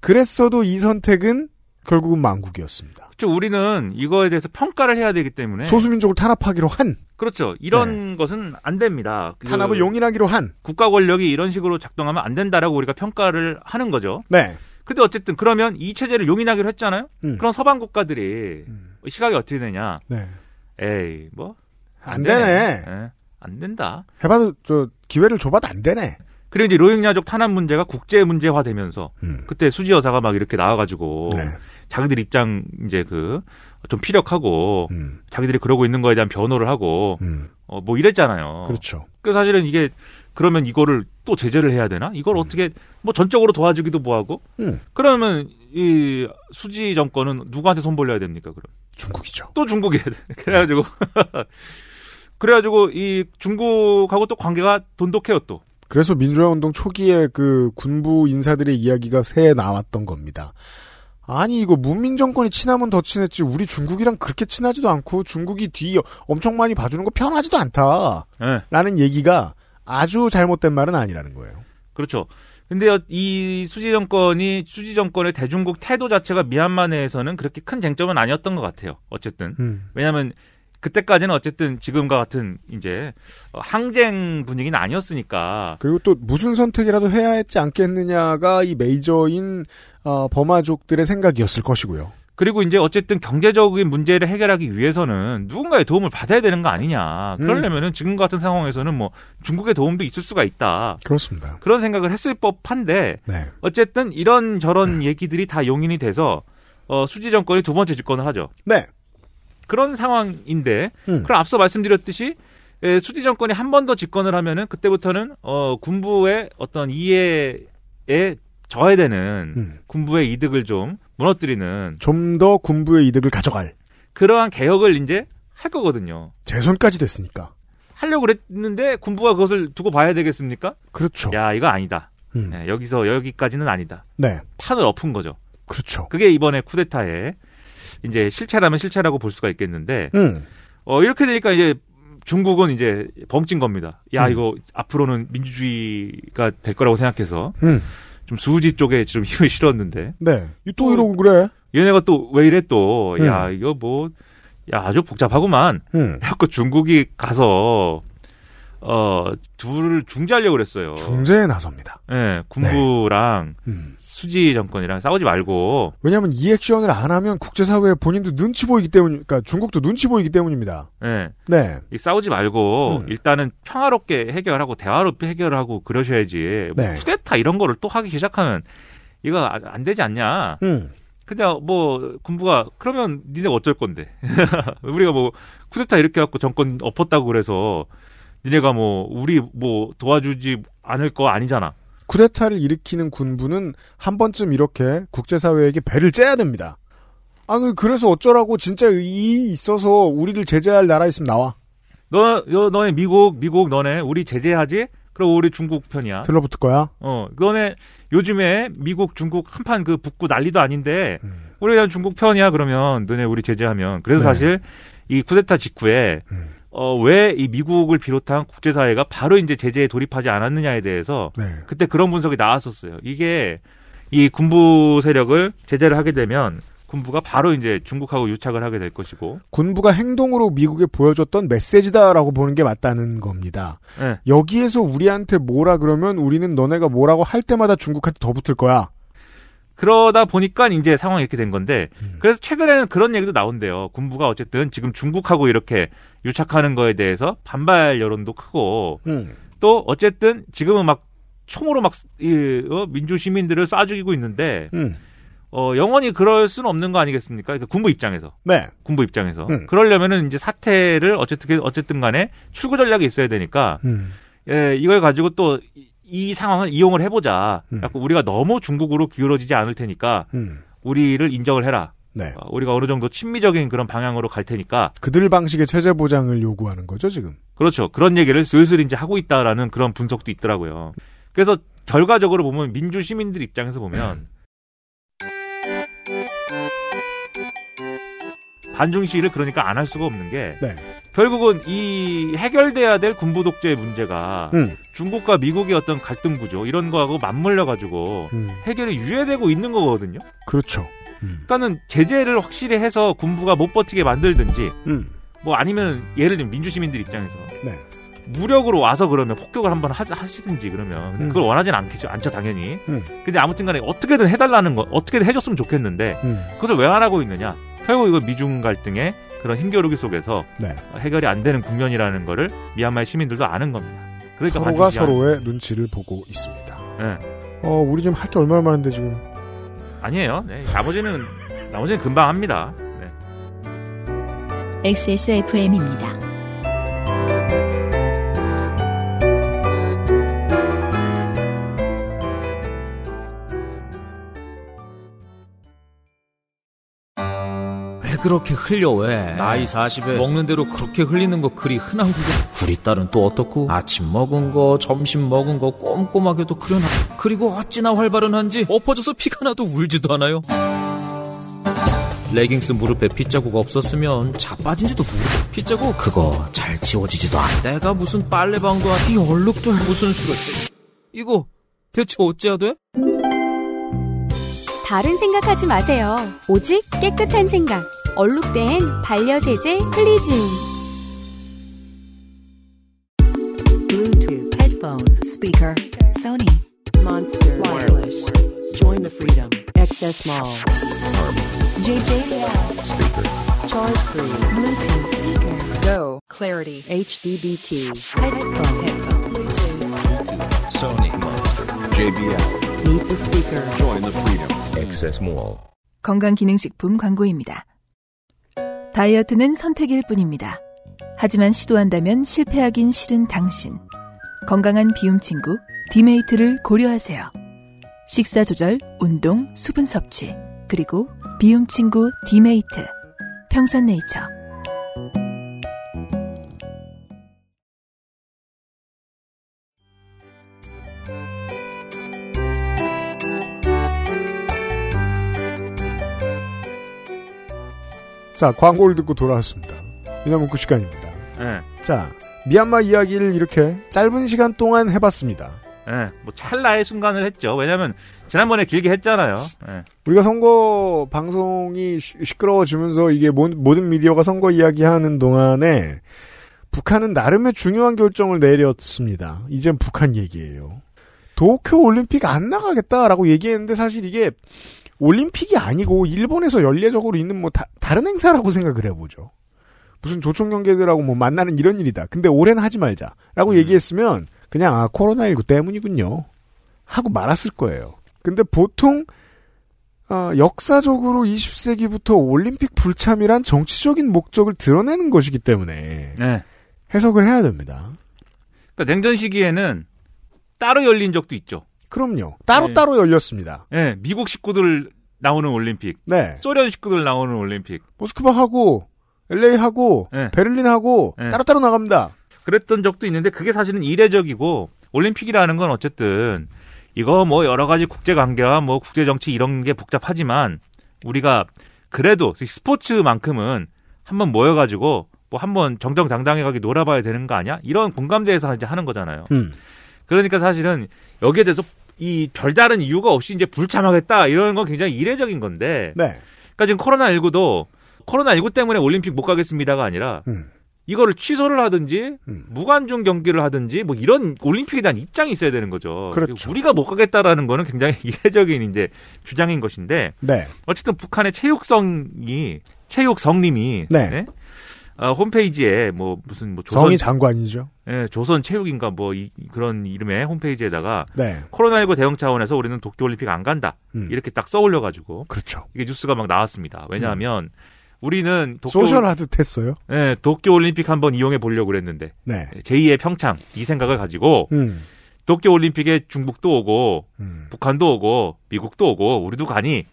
S2: 그랬어도 이 선택은 결국은 망국이었습니다.
S3: 그렇죠 우리는 이거에 대해서 평가를 해야 되기
S2: 네.
S3: 때문에
S2: 소수민족을 탄압하기로 한,
S3: 그렇죠 이런 것은 안 됩니다 그-
S2: 탄압을 용인하기로 한,
S3: 국가 권력이 이런 식으로 작동하면 안 된다라고 우리가 평가를 하는 거죠.
S2: 네.
S3: 근데 어쨌든 그러면 이 체제를 용인하기로 했잖아요.
S2: 음.
S3: 그럼 서방 국가들이
S2: 음.
S3: 시각이 어떻게 되냐?
S2: 네.
S3: 에이 뭐 안
S2: 안 되네.
S3: 안 된다.
S2: 해봐도 저 기회를 줘봐도 안 되네.
S3: 그리고 이제 로힝야족 탄압 문제가 국제 문제화되면서
S2: 음.
S3: 그때 수지 여사가 막 이렇게 나와가지고
S2: 네.
S3: 자기들 입장 이제 그 좀 피력하고
S2: 음.
S3: 자기들이 그러고 있는 거에 대한 변호를 하고 어, 뭐 이랬잖아요.
S2: 그렇죠.
S3: 그래서 사실은 이게 그러면 이거를 또 제재를 해야 되나? 이걸 어떻게 뭐 전적으로 도와주기도 뭐하고
S2: 음.
S3: 그러면 이 수지 정권은 누구한테 손 벌려야 됩니까? 그럼
S2: 중국이죠.
S3: 또 중국이에요. 그래가지고 그래가지고 이 중국하고 또 관계가 돈독해요 또.
S2: 그래서 민주화 운동 초기에 그 군부 인사들의 이야기가 새에 나왔던 겁니다. 아니 이거 문민 정권이 친하면 더 친했지 우리 중국이랑 그렇게 친하지도 않고 중국이 뒤 엄청 많이 봐주는 거 편하지도
S3: 예.
S2: 않다라는 얘기가 아주 잘못된 말은 아니라는 거예요.
S3: 그렇죠. 근데 여- 이 수지 정권이 수지 정권의 대중국 태도 자체가 미얀마 내에서는 그렇게 큰 쟁점은 아니었던 것 같아요. 어쨌든 왜냐하면 그때까지는 어쨌든 지금과 같은 이제 어, 항쟁 분위기는 아니었으니까
S2: 그리고 또 무슨 선택이라도 해야 했지 않겠느냐가 이 메이저인 어, 버마족들의 생각이었을 것이고요.
S3: 그리고 이제 어쨌든 경제적인 문제를 해결하기 위해서는 누군가의 도움을 받아야 되는 거 아니냐. 그러려면은 지금 같은 상황에서는 뭐 중국의 도움도 있을 수가 있다.
S2: 그렇습니다.
S3: 그런 생각을 했을 법한데
S2: 네.
S3: 어쨌든 이런
S2: 음.
S3: 저런 얘기들이 다 용인이 돼서 어, 수지 정권이 두 번째 집권을 하죠.
S2: 네.
S3: 그런 상황인데
S2: 음.
S3: 그럼 앞서 말씀드렸듯이 예, 수지 정권이 한 번 더 집권을 하면은 그때부터는 어, 군부의 어떤 이해에 져야 되는
S2: 음.
S3: 군부의 이득을 좀 무너뜨리는
S2: 좀 더 군부의 이득을 가져갈
S3: 그러한 개혁을 이제 할 거거든요.
S2: 재선까지 됐으니까.
S3: 하려고 그랬는데 군부가 그것을 두고 봐야 되겠습니까?
S2: 그렇죠.
S3: 야 이거 아니다.
S2: 음.
S3: 예, 여기서 여기까지는 아니다.
S2: 네.
S3: 판을 엎은 거죠.
S2: 그렇죠.
S3: 그게 이번에 쿠데타의 이제 실체라면 실체라고 볼 수가 있겠는데
S2: 음.
S3: 어, 이렇게 되니까 이제 중국은 이제 범찐 겁니다. 야
S2: 음.
S3: 이거 앞으로는 민주주의가 될 거라고 생각해서
S2: 음.
S3: 좀 수지 쪽에 좀 힘을 실었는데
S2: 네. 또 이러고 그래.
S3: 얘네가 또 왜 이래 또
S2: 음.
S3: 야 이거 뭐 야, 아주 복잡하구만.
S2: 음.
S3: 그래갖고 중국이 가서 어 둘을 중재하려고 그랬어요.
S2: 중재에 나섭니다.
S3: 예, 군부랑
S2: 음.
S3: 수지 정권이랑 싸우지 말고
S2: 왜냐하면 이 액션을 안 하면 국제사회에 본인도 눈치 보이기 때문, 그러니까 중국도 눈치 보이기 때문입니다.
S3: 예,
S2: 네.
S3: 이 싸우지 말고
S2: 음.
S3: 일단은 평화롭게 해결하고 대화로 해결하고 그러셔야지. 뭐
S2: 네.
S3: 쿠데타 이런 거를 또 하기 시작하면 이거 아- 안 되지 않냐.
S2: 음.
S3: 근데 뭐 군부가 그러면 니네 어쩔 건데 우리가 뭐 쿠데타 이렇게 갖고 정권 엎었다고 그래서 니네가 뭐 우리 뭐 도와주지 않을 거 아니잖아.
S2: 쿠데타를 일으키는 군부는 한 번쯤 이렇게 국제사회에게 배를 째야 됩니다. 아, 그- 그래서 어쩌라고 진짜 이 있어서 우리를 제재할 나라 있으면 나와.
S3: 너, 너, 너네 미국, 미국 너네 우리 제재하지? 그럼 우리 중국 편이야.
S2: 들러붙을 거야.
S3: 어, 너네 요즘에 미국, 중국 한판 그 붙고 난리도 아닌데 우리 그냥 중국 편이야 그러면 너네 우리 제재하면. 그래서
S2: 네.
S3: 사실 이 쿠데타 직후에 어, 왜 이 미국을 비롯한 국제사회가 바로 이제 제재에 돌입하지 않았느냐에 대해서
S2: 네.
S3: 그때 그런 분석이 나왔었어요. 이게 이 군부 세력을 제재를 하게 되면 군부가 바로 이제 중국하고 유착을 하게 될 것이고
S2: 군부가 행동으로 미국에 보여줬던 메시지다라고 보는 게 맞다는 겁니다.
S3: 예.
S2: 여기에서 우리한테 뭐라 그러면 우리는 너네가 뭐라고 할 때마다 중국한테 더 붙을 거야.
S3: 그러다 보니까 이제 상황이 이렇게 된 건데 그래서 최근에는 그런 얘기도 나온대요. 군부가 어쨌든 지금 중국하고 이렇게 유착하는 거에 대해서 반발 여론도 크고
S2: 음.
S3: 또 어쨌든 지금은 막 총으로 막 이, 어, 민주 시민들을 쏴 죽이고 있는데
S2: 음.
S3: 어, 영원히 그럴 수는 없는 거 아니겠습니까? 그러니까 군부 입장에서
S2: 네.
S3: 군부 입장에서
S2: 음.
S3: 그러려면은 이제 사태를 어쨌든 어쨌든 간에 출구 전략이 있어야 되니까
S2: 음.
S3: 예, 이걸 가지고 또 이 상황을 이용을 해보자. 자꾸 우리가 너무 중국으로 기울어지지 않을 테니까
S2: 음.
S3: 우리를 인정을 해라.
S2: 네.
S3: 어, 우리가 어느 정도 친미적인 그런 방향으로 갈 테니까
S2: 그들 방식의 체제 보장을 요구하는 거죠, 지금.
S3: 그렇죠. 그런 얘기를 슬슬 이제 하고 있다라는 그런 분석도 있더라고요. 그래서 결과적으로 보면 민주 시민들 입장에서 보면 반중 시위를 그러니까 안 할 수가 없는 게
S2: 네.
S3: 결국은 이 해결돼야 될 군부 독재의 문제가
S2: 음.
S3: 중국과 미국의 어떤 갈등 구조 이런 거하고 맞물려 가지고
S2: 음.
S3: 해결이 유예되고 있는 거거든요.
S2: 그렇죠.
S3: 그러니까는 제재를 확실히 해서 군부가 못 버티게 만들든지
S2: 음.
S3: 뭐 아니면 예를 들면 민주 시민들 입장에서
S2: 네.
S3: 무력으로 와서 그러면 폭격을 한번 하, 시든지 그러면 근데
S2: 음.
S3: 그걸 원하진 않겠죠 않죠 당연히
S2: 음.
S3: 근데 아무튼간에 어떻게든 해달라는 거 어떻게든 해줬으면 좋겠는데
S2: 음.
S3: 그것을 왜 안 하고 있느냐 결국 이거 미중 갈등의 그런 힘겨루기 속에서
S2: 네.
S3: 해결이 안 되는 국면이라는 거를 미얀마의 시민들도 아는 겁니다 그러니까
S2: 서로가
S3: 반드시
S2: 서로의 눈치를 보고 있습니다.
S3: 안- 예.
S2: 어, 우리 지금 할 게 얼마나 많은데 지금.
S3: 아니에요 네, 나머지는 나머지는 금방 합니다. 네.
S1: XSFM입니다.
S11: 왜 그렇게 흘려 왜 나이 40에 먹는 대로 그렇게 흘리는 거 그리 흔한 거고 우리 딸은 또 어떻고 아침 먹은 거 점심 먹은 거 꼼꼼하게도 그려놔 그리고 어찌나 활발은 한지 엎어져서 피가 나도 울지도 않아요 레깅스 무릎에 핏자국 없었으면 자빠진지도 모르고 핏자국 그거 잘 지워지지도 않아 내가 무슨 빨래방도 아니 이 얼룩도 무슨 수를 이거 대체 어째야 돼?
S4: 다른 생각하지 마세요. 오직 깨끗한 생각. 얼룩된 반려세제 클리지움.
S10: Bluetooth headphone speaker. Sony Monster Wireless. Join the freedom. XS Mall. JJL speaker. Charge free Bluetooth speaker. Go Clarity HDBT headphone headphone. Bluetooth.
S12: Sony Monster. JBL.
S10: Meet the speaker.
S12: Join the freedom. XS Mall.
S9: 건강기능식품 광고입니다. 다이어트는 선택일 뿐입니다. 하지만 시도한다면 실패하긴 싫은 당신. 건강한 비움 친구 디메이트를 고려하세요. 식사 조절, 운동, 수분 섭취, 그리고 비움 친구 디메이트. 평산네이처.
S2: 자, 광고를 듣고 돌아왔습니다. 미나문구 시간입니다.
S3: 네.
S2: 자, 미얀마 이야기를 이렇게 짧은 시간 동안 해봤습니다.
S3: 예, 뭐 찰나의 순간을 했죠. 왜냐면 지난번에 길게 했잖아요. 예.
S2: 우리가 선거 방송이 시- 시끄러워지면서 이게 모- 모든 미디어가 선거 이야기하는 동안에 북한은 나름의 중요한 결정을 내렸습니다. 이젠 북한 얘기예요. 도쿄 올림픽 안 나가겠다라고 얘기했는데 사실 이게 올림픽이 아니고 일본에서 연례적으로 있는 뭐 다, 른 행사라고 생각을 해보죠. 무슨 조총 경계들하고 뭐 만나는 이런 일이다. 근데 올해는 하지 말자라고 얘기했으면 그냥 아 코로나19 때문이군요 하고 말았을 거예요. 근데 보통 아, 역사적으로 20세기부터 올림픽 불참이란 정치적인 목적을 드러내는 것이기 때문에
S3: 네.
S2: 해석을 해야 됩니다.
S3: 그러니까 냉전 시기에는 따로 열린 적도 있죠.
S2: 그럼요. 따로따로 열렸습니다.
S3: 예, 미국 식구들 나오는 올림픽,
S2: 네.
S3: 소련 식구들 나오는 올림픽.
S2: 모스크바하고 LA하고
S3: 네.
S2: 베를린하고
S3: 네.
S2: 따로따로 나갑니다.
S3: 그랬던 적도 있는데 그게 사실은 이례적이고 올림픽이라는 건 어쨌든 이거 뭐 여러 가지 국제 관계와 뭐 국제 정치 이런 게 복잡하지만 우리가 그래도 스포츠만큼은 한번 모여가지고 뭐 한번 정정당당하게 놀아봐야 되는 거 아니야? 이런 공감대에서 이제 하는 거잖아요.
S2: 음.
S3: 그러니까 사실은 여기에 대해서 이 별다른 이유가 없이 이제 불참하겠다 이런 건 굉장히 이례적인 건데.
S2: 네.
S3: 그러니까 지금 코로나 19도 코로나 19 때문에 올림픽 못 가겠습니다가 아니라
S2: 음.
S3: 이거를 취소를 하든지 무관중 경기를 하든지 뭐 이런 올림픽에 대한 입장이 있어야 되는 거죠.
S2: 그렇죠.
S3: 우리가 못 가겠다라는 거는 굉장히 이례적인 이제 주장인 것인데
S2: 네.
S3: 어쨌든 북한의 체육성이 체육성님이
S2: 네.
S3: 어, 홈페이지에 뭐 무슨 뭐 조선
S2: 정의 장관이죠.
S3: 예, 조선 체육인가 뭐 이- 그런 이름의 홈페이지에다가
S2: 네.
S3: 코로나19 대응 차원에서 우리는 도쿄올림픽 안 간다
S2: 음.
S3: 이렇게 딱 써올려가지고
S2: 그렇죠.
S3: 이게 뉴스가 막 나왔습니다. 왜냐하면 우리는 도쿄
S2: 음. 소셜하듯했어요.
S3: 예, 도쿄올림픽 한번 이용해 보려고 그랬는데
S2: 네.
S3: 예, 제2의 평창 이 생각을 가지고
S2: 음.
S3: 도쿄올림픽에 중국도 오고
S2: 음.
S3: 북한도 오고 미국도 오고 우리도 가니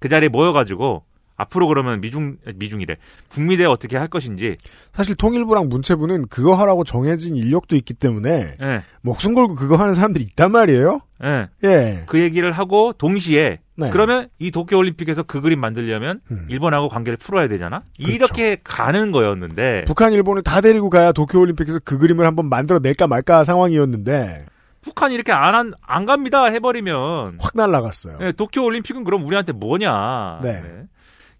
S3: 그 자리에 모여가지고 앞으로 그러면 미중 미중이래 북미대 어떻게 할 것인지
S2: 사실 통일부랑 문체부는 그거 하라고 정해진 인력도 있기 때문에
S3: 예,
S2: 목숨 걸고 그거 하는 사람들이 있단 말이에요.
S3: 예,
S2: 예.
S3: 그 얘기를 하고 동시에
S2: 네.
S3: 그러면 이 도쿄올림픽에서 그 그림 만들려면
S2: 음.
S3: 일본하고 관계를 풀어야 되잖아
S2: 그렇죠.
S3: 이렇게 가는 거였는데
S2: 북한, 일본을 다 데리고 가야 도쿄올림픽에서 그 그림을 한번 만들어낼까 말까 상황이었는데
S3: 북한이 이렇게 안, 한, 안 갑니다 해버리면
S2: 확 날라갔어요.
S3: 네, 도쿄올림픽은 그럼 우리한테 뭐냐
S2: 네.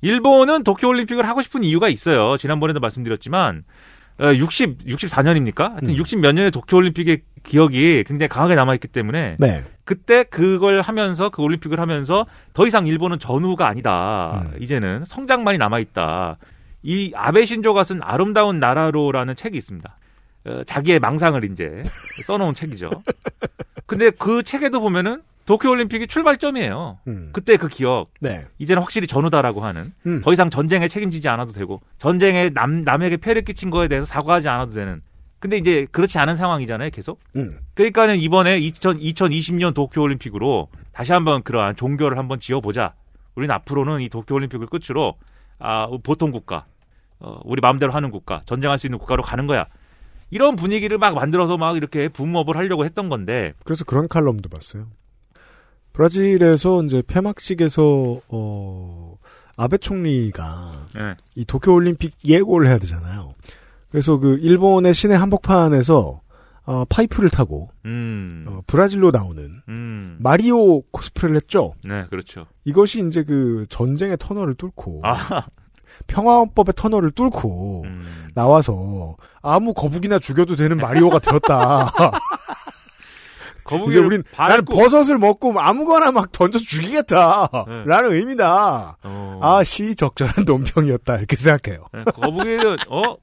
S3: 일본은 도쿄올림픽을 하고 싶은 이유가 있어요 지난번에도 말씀드렸지만 어, 60, 64년입니까? 하여튼
S2: 음.
S3: 60 몇 년의 도쿄올림픽의 기억이 굉장히 강하게 남아있기 때문에
S2: 네.
S3: 그때 그걸 하면서 그 올림픽을 하면서 더 이상 일본은 전후가 아니다. 이제는 성장만이 남아 있다. 이 아베 신조가 쓴 아름다운 나라로라는 책이 있습니다. 어, 자기의 망상을 이제 써놓은 책이죠. 근데 그 책에도 보면은 도쿄올림픽이 출발점이에요. 그때 그 기억.
S2: 음. 네.
S3: 이제는 확실히 전후다라고 하는.
S2: 음.
S3: 더 이상 전쟁에 책임지지 않아도 되고 전쟁에 남 남에게 폐를 끼친 거에 대해서 사과하지 않아도 되는. 근데 이제 그렇지 않은 상황이잖아요, 계속.
S2: 음.
S3: 그러니까는 이번에 2000, 2020년 도쿄올림픽으로 다시 한번 그러한 종교를 한번 지어보자. 우리는 앞으로는 이 도쿄올림픽을 끝으로 아 보통 국가, 어, 우리 마음대로 하는 국가, 전쟁할 수 있는 국가로 가는 거야. 이런 분위기를 막 만들어서 막 이렇게 붐업을 하려고 했던 건데
S2: 그래서 그런 칼럼도 봤어요. 브라질에서 이제 폐막식에서 어 아베 총리가
S3: 네.
S2: 이 도쿄 올림픽 예고를 해야 되잖아요. 그래서 그 일본의 시내 한복판에서 어, 파이프를 타고
S3: 음.
S2: 어, 브라질로 나오는
S3: 음.
S2: 마리오 코스프레를 했죠.
S3: 네, 그렇죠.
S2: 이것이 이제 그 전쟁의 터널을 뚫고
S3: 아. 음.
S2: 평화헌법의 터널을 뚫고 나와서 아무 거북이나 죽여도 되는 마리오가 되었다. 이제
S3: 거북이를
S2: 우린
S3: 밟고-
S2: 나는 버섯을 먹고 아무거나 막 던져서
S3: 네.
S2: 죽이겠다라는 의미다. 아 시적절한 논평이었다 이렇게 생각해요.
S3: 어. 네, 거북이는 어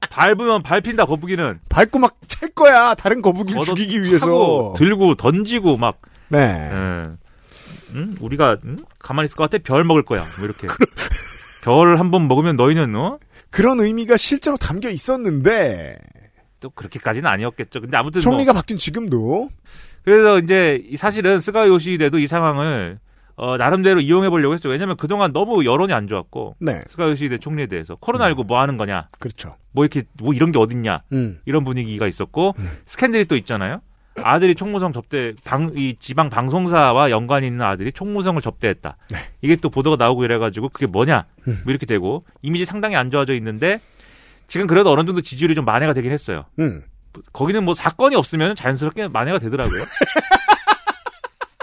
S3: 밟으면 밟힌다 거북이는
S2: 밟고 막 찰 거야 다른 거북이를
S3: 걷어
S2: 죽이기 위해서.
S3: 타고 들고 던지고 막
S2: 네.
S3: 음? 우리가 음? 가만히 있을 것 같아 별 먹을 거야 뭐 이렇게 별 한 번 먹으면 너희는 어?
S2: 그런 의미가 실제로 담겨 있었는데
S3: 또 그렇게까지는 아니었겠죠 근데 아무튼 뭐
S2: 총리가 바뀐 지금도
S3: 그래서 이제 이 사실은 스가 요시히데도 이 상황을 어, 나름대로 이용해 보려고 했어요 왜냐면 그동안 너무 여론이 안 좋았고
S2: 네.
S3: 스가 요시히데 총리에 대해서 코로나19
S2: 음.
S3: 뭐 하는 거냐
S2: 그렇죠.
S3: 뭐 이렇게 뭐 이런 게 어딨냐
S2: 음.
S3: 이런 분위기가 있었고 스캔들이 또 있잖아요. 아들이 총무성 접대 방 이 지방 방송사와 연관이 있는 아들이 총무성을 접대했다. 이게 또 보도가 나오고 이래가지고 그게 뭐냐
S2: 네. 음.
S3: 뭐 이렇게 되고 이미지 상당히 안 좋아져 있는데 지금 그래도 어느 정도 지지율이 좀 만회가 되긴 했어요.
S2: 음.
S3: 거기는 뭐 사건이 없으면 자연스럽게 만회가 되더라고요.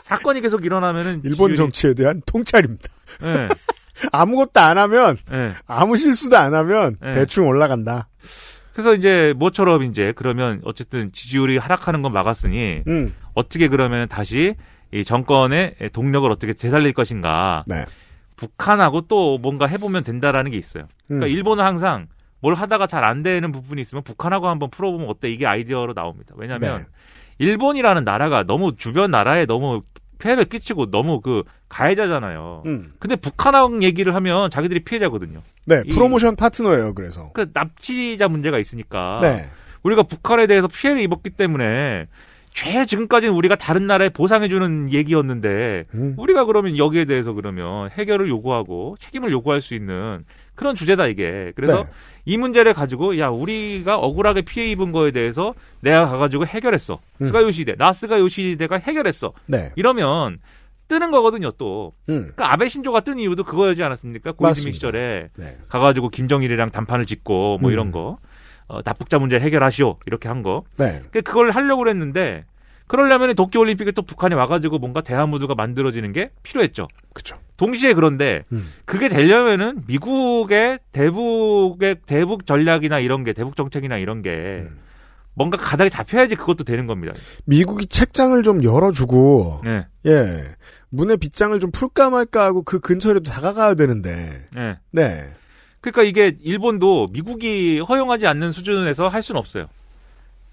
S3: 사건이 계속 일어나면은
S2: 일본
S3: 지지율이-
S2: 정치에 대한 통찰입니다.
S3: 예.
S2: 아무것도 안 하면
S3: 네.
S2: 아무 실수도 안 하면
S3: 네.
S2: 대충 올라간다.
S3: 그래서 이제 모처럼 이제 그러면 어쨌든 지지율이 하락하는 건 막았으니
S2: 음.
S3: 어떻게 그러면 다시 이 정권의 동력을 어떻게 되살릴 것인가.
S2: 네.
S3: 북한하고 또 뭔가 해보면 된다라는 게 있어요. 그러니까
S11: 음.
S3: 일본은 항상 뭘 하다가 잘 안 되는 부분이 있으면 북한하고 한번 풀어보면 어때 이게 아이디어로 나옵니다. 왜냐하면
S11: 네.
S3: 일본이라는 나라가 너무 주변 나라에 너무 폐해를 끼치고 너무 그 가해자잖아요.
S2: 음.
S3: 근데 북한하고 얘기를 하면 자기들이 피해자거든요.
S2: 네,
S3: 이-
S2: 프로모션 파트너예요. 그래서
S3: 그 납치자 문제가 있으니까
S2: 네.
S3: 우리가 북한에 대해서 피해를 입었기 때문에 죄 지금까지는 우리가 다른 나라에 보상해주는 얘기였는데 우리가 그러면 여기에 대해서 그러면 해결을 요구하고 책임을 요구할 수 있는 그런 주제다 이게 그래서
S11: 네.
S3: 이 문제를 가지고 야 우리가 억울하게 피해 입은 거에 대해서 내가 가가지고 해결했어
S11: 음.
S3: 스가 요시대 나 스가 요시대가 해결했어
S2: 네.
S3: 이러면 뜨는 거거든요 또
S2: 음.
S3: 그러니까 아베 신조가 뜬 이유도 그거였지 않았습니까? 고이즈미
S2: 맞습니다.
S3: 시절에
S2: 네.
S3: 가가지고 김정일이랑 담판을 짓고 뭐
S2: 음.
S3: 이런 거 어, 납북자 문제 해결하시오 이렇게 한 거.
S2: 네.
S3: 근데 그걸 하려고 그랬는데 그러려면 도쿄 올림픽에 또 북한이 와가지고 뭔가 대화 무드가 만들어지는 게 필요했죠.
S2: 그렇죠.
S3: 동시에 그런데
S2: 음.
S3: 그게 되려면은 미국의 대북의 대북 전략이나 이런 게 대북 정책이나 이런 게
S2: 음.
S3: 뭔가 가닥이 잡혀야지 그것도 되는 겁니다.
S2: 미국이 책장을 좀 열어주고
S3: 네.
S2: 예 문의 빗장을 좀 풀까 말까 하고 그 근처에도 다가가야 되는데
S3: 네.
S2: 네
S3: 그러니까 이게 일본도 미국이 허용하지 않는 수준에서 할 수는 없어요.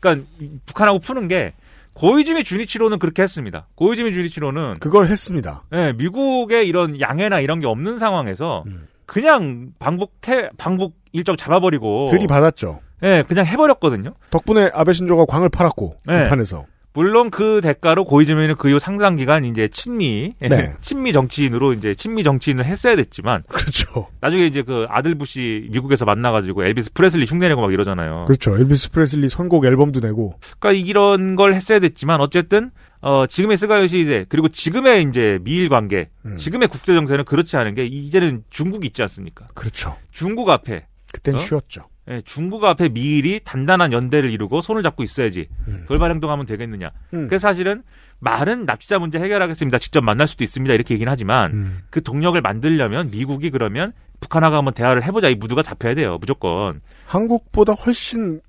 S3: 그러니까 이- 북한하고 푸는 게 고이즈미 주니치로는 그렇게 했습니다. 고이즈미 주니치로는
S2: 그걸 했습니다.
S3: 예, 미국의 이런 양해나 이런 게 없는 상황에서
S2: 음.
S3: 그냥 방북해 방북 일정 잡아버리고
S2: 들이받았죠.
S3: 예, 그냥 해버렸거든요.
S2: 덕분에 아베 신조가 광을 팔았고
S3: 네.
S2: 북한에서
S3: 물론 그 대가로 고이즈미는 그 이후 상당 기간 이제 친미 예,
S2: 네.
S3: 친미 정치인으로 이제 친미 정치인을 했어야 됐지만
S2: 그렇죠.
S3: 나중에 이제 그 아들 부시 미국에서 만나가지고 엘비스 프레슬리 흉내내고 막 이러잖아요.
S2: 그렇죠. 엘비스 프레슬리 선곡 앨범도 내고
S3: 그러니까 이런 걸 했어야 됐지만 어쨌든 어, 지금의 스가요 시대 그리고 지금의 이제 미일 관계
S2: 음.
S3: 지금의 국제 정세는 그렇지 않은 게 이제는 중국이 있지 않습니까?
S2: 그렇죠.
S3: 중국 앞에
S2: 그땐
S3: 어?
S2: 쉬었죠.
S3: 예, 중국 앞에 미일이 단단한 연대를 이루고 손을 잡고 있어야지
S2: 음.
S3: 돌발 행동하면 되겠느냐.
S11: 음.
S3: 그래서 사실은 말은 납치자 문제 해결하겠습니다. 직접 만날 수도 있습니다. 이렇게 얘기는 하지만
S2: 음.
S3: 그 동력을 만들려면 미국이 그러면 북한하고 한번 대화를 해보자 이 무드가 잡혀야 돼요. 무조건.
S2: 한국보다 훨씬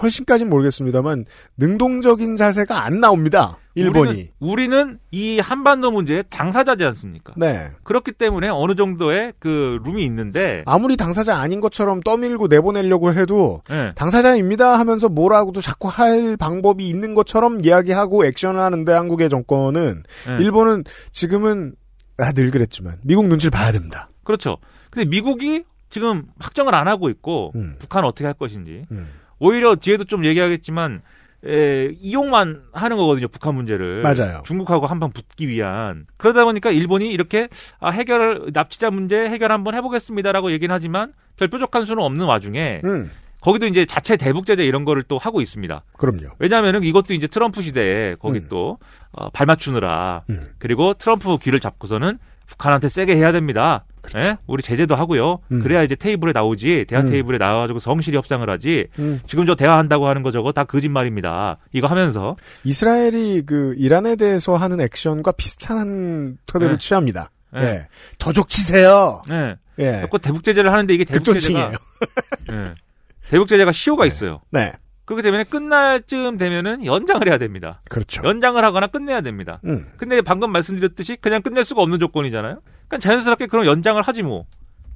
S2: 훨씬까지는 모르겠습니다만 능동적인 자세가 안 나옵니다. 일본이.
S3: 우리는, 우리는 이 한반도 문제의 당사자지 않습니까?
S2: 네.
S3: 그렇기 때문에 어느 정도의 그 룸이 있는데
S2: 아무리 당사자 아닌 것처럼 떠밀고 내보내려고 해도
S3: 네.
S2: 당사자입니다 하면서 뭐라고도 자꾸 할 방법이 있는 것처럼 이야기하고 액션을 하는데 한국의 정권은
S3: 네.
S2: 일본은 지금은 아, 늘 그랬지만 미국 눈치를 봐야 됩니다.
S3: 그렇죠. 근데 미국이 지금 확정을 안 하고 있고
S2: 음.
S3: 북한 어떻게 할 것인지 오히려 뒤에도 좀 얘기하겠지만 에, 이용만 하는 거거든요 북한 문제를
S2: 맞아요.
S3: 중국하고 한판 붙기 위한 그러다 보니까 일본이 이렇게 아, 해결 납치자 문제 해결 한번 해보겠습니다라고 얘기는 하지만 별 뾰족한 수는 없는 와중에
S2: 음.
S3: 거기도 이제 자체 대북 제재 이런 거를 또 하고 있습니다.
S2: 그럼요.
S3: 왜냐하면은 이것도 이제 트럼프 시대에 거기
S2: 음.
S3: 또 어, 발맞추느라 그리고 트럼프 귀를 잡고서는 북한한테 세게 해야 됩니다.
S2: 그렇죠.
S3: 예? 우리 제재도 하고요.
S13: 음.
S3: 그래야 이제 테이블에 나오지 대화
S13: 음.
S3: 테이블에 나와가지고 성실히 협상을 하지.
S2: 음.
S3: 지금 저 대화한다고 하는 거 저거 다 거짓말입니다. 이거 하면서
S2: 이스라엘이 그 이란에 대해서 하는 액션과 비슷한 태도를
S3: 네.
S2: 취합니다.
S3: 네.
S2: 예. 더 족치세요.
S3: 예.
S2: 예.
S3: 자꾸 대북 제재를 하는데 이게 대북 제재가
S2: 극존칭이에요.
S3: 예. 대북 제재가 시효가 있어요.
S2: 네.
S3: 그렇기 때문에 끝날 쯤 되면은 연장을 해야 됩니다.
S2: 그렇죠.
S3: 연장을 하거나 끝내야 됩니다.
S2: 음.
S3: 근데 방금 말씀드렸듯이 그냥 끝낼 수가 없는 조건이잖아요. 그러니까 자연스럽게 그럼 연장을 하지 뭐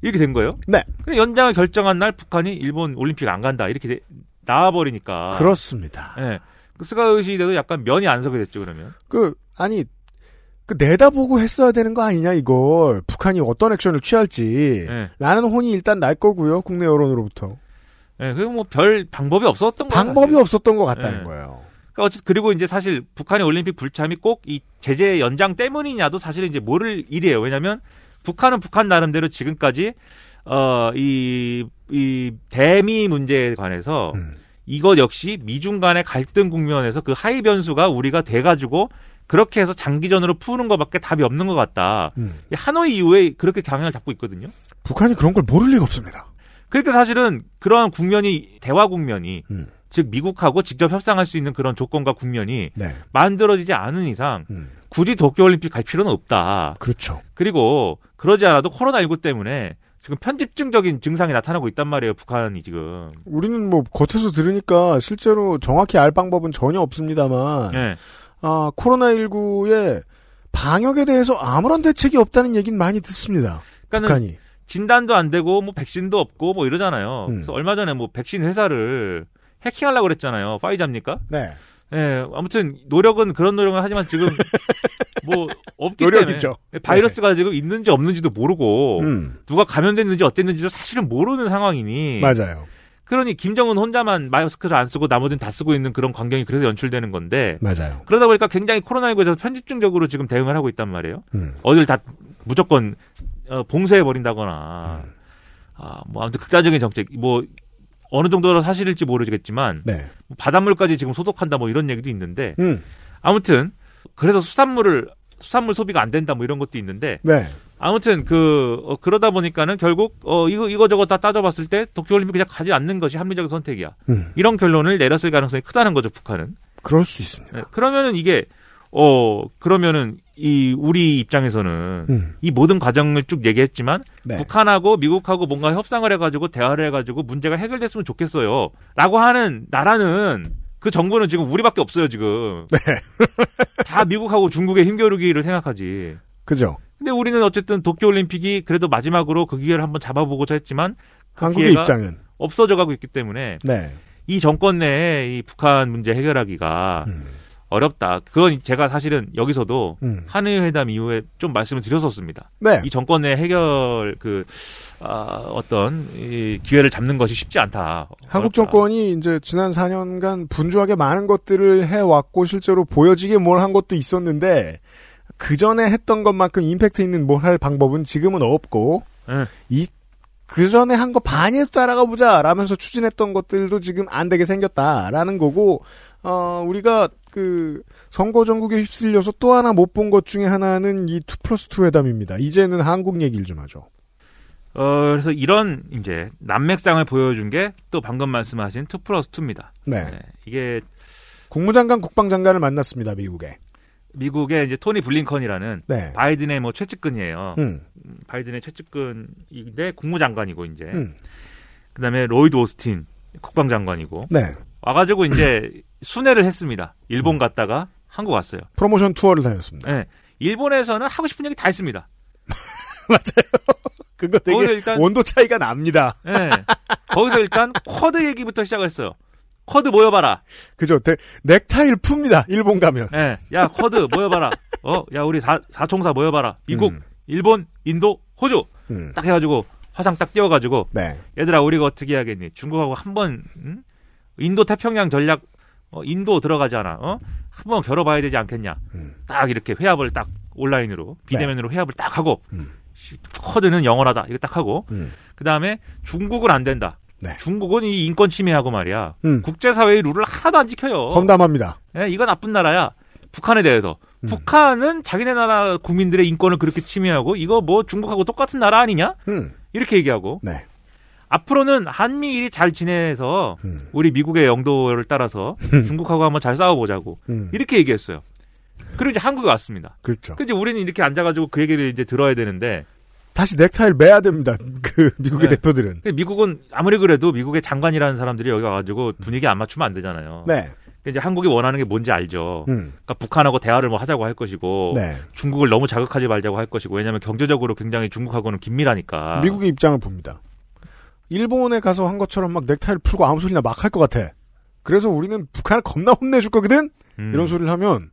S3: 이렇게 된 거예요.
S2: 네.
S3: 근데 연장을 결정한 날 북한이 일본 올림픽 안 간다 이렇게 돼- 나와버리니까
S2: 그렇습니다.
S3: 예. 그 스가의 시대도 약간 면이 안 서게 됐죠 그러면.
S2: 그 아니 그 내다보고 했어야 되는 거 아니냐 이걸 북한이 어떤 액션을 취할지
S3: 네.
S2: 라는 혼이 일단 날 거고요 국내 여론으로부터
S3: 예. 그리고 뭐 별 방법이 없었던 거예요.
S2: 방법이 없었던 것 같다는
S3: 예.
S2: 거예요.
S3: 그러니까 어쨌든 그리고 이제 사실 북한의 올림픽 불참이 꼭 이 제재 연장 때문이냐도 사실은 이제 모를 일이에요. 왜냐하면 북한은 북한 나름대로 지금까지 어, 어이이 대미 문제에 관해서 이것 역시 미중 간의 갈등 국면에서 그 하위 변수가 우리가 돼가지고 그렇게 해서 장기전으로 푸는 것밖에 답이 없는 것 같다. 이 하노이 이후에 그렇게 경향을 잡고 있거든요.
S2: 음. 북한이 그런 걸 모를 리가 없습니다.
S3: 그러니까 사실은 그러한 국면이 대화 국면이 즉 미국하고 직접 협상할 수 있는 그런 조건과 국면이
S2: 네.
S3: 만들어지지 않은 이상 굳이 도쿄올림픽 갈 필요는 없다.
S2: 음. 그렇죠.
S3: 그리고 그러지 않아도 코로나19 때문에 지금 편집증적인 증상이 나타나고 있단 말이에요. 북한이 지금.
S2: 우리는 뭐 겉에서 들으니까 실제로 정확히 알 방법은 전혀 없습니다만
S3: 예.
S2: 아 코로나 19의 방역에 대해서 아무런 대책이 없다는 얘기는 많이 듣습니다.
S3: 그러니까는
S2: 북한이
S3: 진단도 안 되고 뭐 백신도 없고 뭐 이러잖아요.
S2: 음.
S3: 그래서 얼마 전에 뭐 백신 회사를 해킹하려고 그랬잖아요. 파이자입니까?
S2: 네.
S3: 예, 아무튼 노력은 그런 노력은 하지만 지금 뭐 없기
S2: 노력이죠. 네.
S3: 때문에 바이러스가 지금 있는지 없는지도 모르고
S2: 음.
S3: 누가 감염됐는지 어땠는지도 사실은 모르는 상황이니
S2: 맞아요.
S3: 그러니 김정은 혼자만 마스크를 안 쓰고 나머지는 다 쓰고 있는 그런 광경이 그래서 연출되는 건데
S2: 맞아요.
S3: 그러다 보니까 굉장히 코로나19에서 편집중적으로 지금 대응을 하고 있단 말이에요.
S2: 음.
S3: 어딜 다 무조건 어, 봉쇄해 버린다거나 아, 뭐 아무튼 극단적인 정책 뭐 어느 정도로 사실일지 모르겠지만
S2: 네.
S3: 뭐 바닷물까지 지금 소독한다 뭐 이런 얘기도 있는데
S2: 음.
S3: 아무튼 그래서 수산물을 수산물 소비가 안 된다 뭐 이런 것도 있는데
S2: 네.
S3: 아무튼 그 어, 그러다 보니까는 결국 어 이거 이거 저거 다 따져봤을 때 도쿄올림픽 그냥 가지 않는 것이 합리적인 선택이야
S2: 음.
S3: 이런 결론을 내렸을 가능성이 크다는 거죠 북한은
S2: 그럴 수 있습니다.
S3: 네, 그러면은 이게 어 그러면은 이 우리 입장에서는
S2: 음.
S3: 이 모든 과정을 쭉 얘기했지만
S2: 네.
S3: 북한하고 미국하고 뭔가 협상을 해가지고 대화를 해가지고 문제가 해결됐으면 좋겠어요라고 하는 나라는 그 정부는 지금 우리밖에 없어요 지금
S2: 네.
S3: 다 미국하고 중국의 힘겨루기를 생각하지
S2: 그죠?
S3: 근데 우리는 어쨌든 도쿄올림픽이 그래도 마지막으로 그 기회를 한번 잡아보고자 했지만 그
S2: 한국의
S3: 기회가
S2: 입장은?
S3: 없어져가고 있기 때문에
S2: 네.
S3: 이 정권 내에 이 북한 문제 해결하기가 어렵다. 그건 제가 사실은 여기서도
S2: 음.
S3: 한일 회담 이후에 좀 말씀을 드렸었습니다.
S2: 네.
S3: 이 정권 내 해결 그 아, 어떤 이 기회를 잡는 것이 쉽지 않다.
S2: 한국 정권이 이제 지난 4년간 분주하게 많은 것들을 해왔고 실제로 보여지게 뭘 한 것도 있었는데 그 전에 했던 것만큼 임팩트 있는 뭘 할 방법은 지금은 없고 그 전에 한 거 반에 따라가 보자 라면서 추진했던 것들도 지금 안 되게 생겼다라는 거고 어 우리가 그 선거 전국에 휩쓸려서 또 하나 못 본 것 중에 하나는 이2 플러스 2 회담입니다. 이제는 한국 얘기를 좀 하죠.
S3: 어, 그래서 이런 이제 난맥상을 보여준 게 또 방금 말씀하신 2 플러스 2입니다.
S2: 네.
S3: 이게
S2: 국무장관 국방장관을 만났습니다. 미국에.
S3: 미국의 이제 토니 블링컨이라는
S2: 네.
S3: 바이든의 뭐 최측근이에요.
S2: 음.
S3: 음, 바이든의 최측근인데 국무장관이고 이제
S2: 음.
S3: 그다음에 로이드 오스틴 국방장관이고
S2: 네.
S3: 와가지고 이제 순회를 했습니다. 일본 갔다가 한국 왔어요.
S2: 프로모션 투어를 다녔습니다.
S3: 네. 일본에서는 하고 싶은 얘기 다 했습니다.
S2: 그거 되게
S3: 거기서 일단-
S2: 원도 차이가 납니다.
S3: 예. 거기서 일단 쿼드 얘기부터 시작했어요. 쿼드 모여봐라.
S2: 그죠? 데- 넥타이를 풉니다. 일본 가면.
S3: 예. 야, 쿼드 모여봐라. 어, 야, 우리 사, 사총사 모여봐라. 미국, 일본, 인도, 호주.
S2: 음.
S3: 딱 해가지고 화상 딱 띄워가지고.
S2: 네.
S3: 얘들아, 우리가 어떻게 해야겠니? 중국하고 한 번, 응? 인도 태평양 전략, 어, 인도 들어가잖아. 어? 한 번 겨뤄봐야 되지 않겠냐. 딱 이렇게 회합을 딱 온라인으로, 비대면으로 회합을 딱 하고. 씨, 쿼드는 영어라다. 이거 딱 하고.
S2: 음.
S3: 그 다음에 중국은 안 된다. 중국은 이 인권 침해하고 말이야.
S2: 음.
S3: 국제사회의 룰을 하나도 안 지켜요.
S2: 험담합니다.
S3: 예, 이건 나쁜 나라야. 북한에 대해서. 북한은 자기네 나라 국민들의 인권을 그렇게 침해하고 이거 뭐 중국하고 똑같은 나라 아니냐?
S2: 음,
S3: 이렇게 얘기하고.
S2: 네,
S3: 앞으로는 한미일이 잘 지내서
S2: 음,
S3: 우리 미국의 영도를 따라서 중국하고 한번 잘 싸워보자고
S2: 음.
S3: 이렇게 얘기했어요. 그리고 이제 한국에 왔습니다.
S2: 그렇죠.
S3: 그래서 우리는 이렇게 앉아가지고 그 얘기를 이제 들어야 되는데
S2: 다시 넥타이를 매야 됩니다. 그 미국의
S3: 네.
S2: 대표들은.
S3: 근데 미국은 아무리 그래도 미국의 장관이라는 사람들이 여기 와가지고 분위기 안 맞추면 안 되잖아요.
S2: 네.
S3: 근데 이제 한국이 원하는 게 뭔지 알죠.
S2: 음.
S3: 그러니까 북한하고 대화를 뭐 하자고 할 것이고
S2: 네.
S3: 중국을 너무 자극하지 말자고 할 것이고 왜냐하면 경제적으로 굉장히 중국하고는 긴밀하니까.
S2: 미국의 입장을 봅니다. 일본에 가서 한 것처럼 막 넥타이를 풀고 아무 소리나 막 할 것 같아. 그래서 우리는 북한을 겁나 혼내줄 거거든?
S3: 음.
S2: 이런 소리를 하면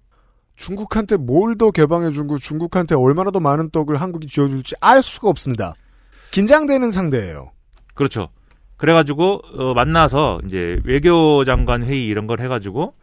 S2: 중국한테 뭘 더 개방해주고 중국한테 얼마나 더 많은 떡을 한국이 쥐어줄지 알 수가 없습니다. 긴장되는 상대예요.
S3: 그렇죠. 그래가지고 어, 만나서 이제 외교장관 회의 이런 걸 해가지고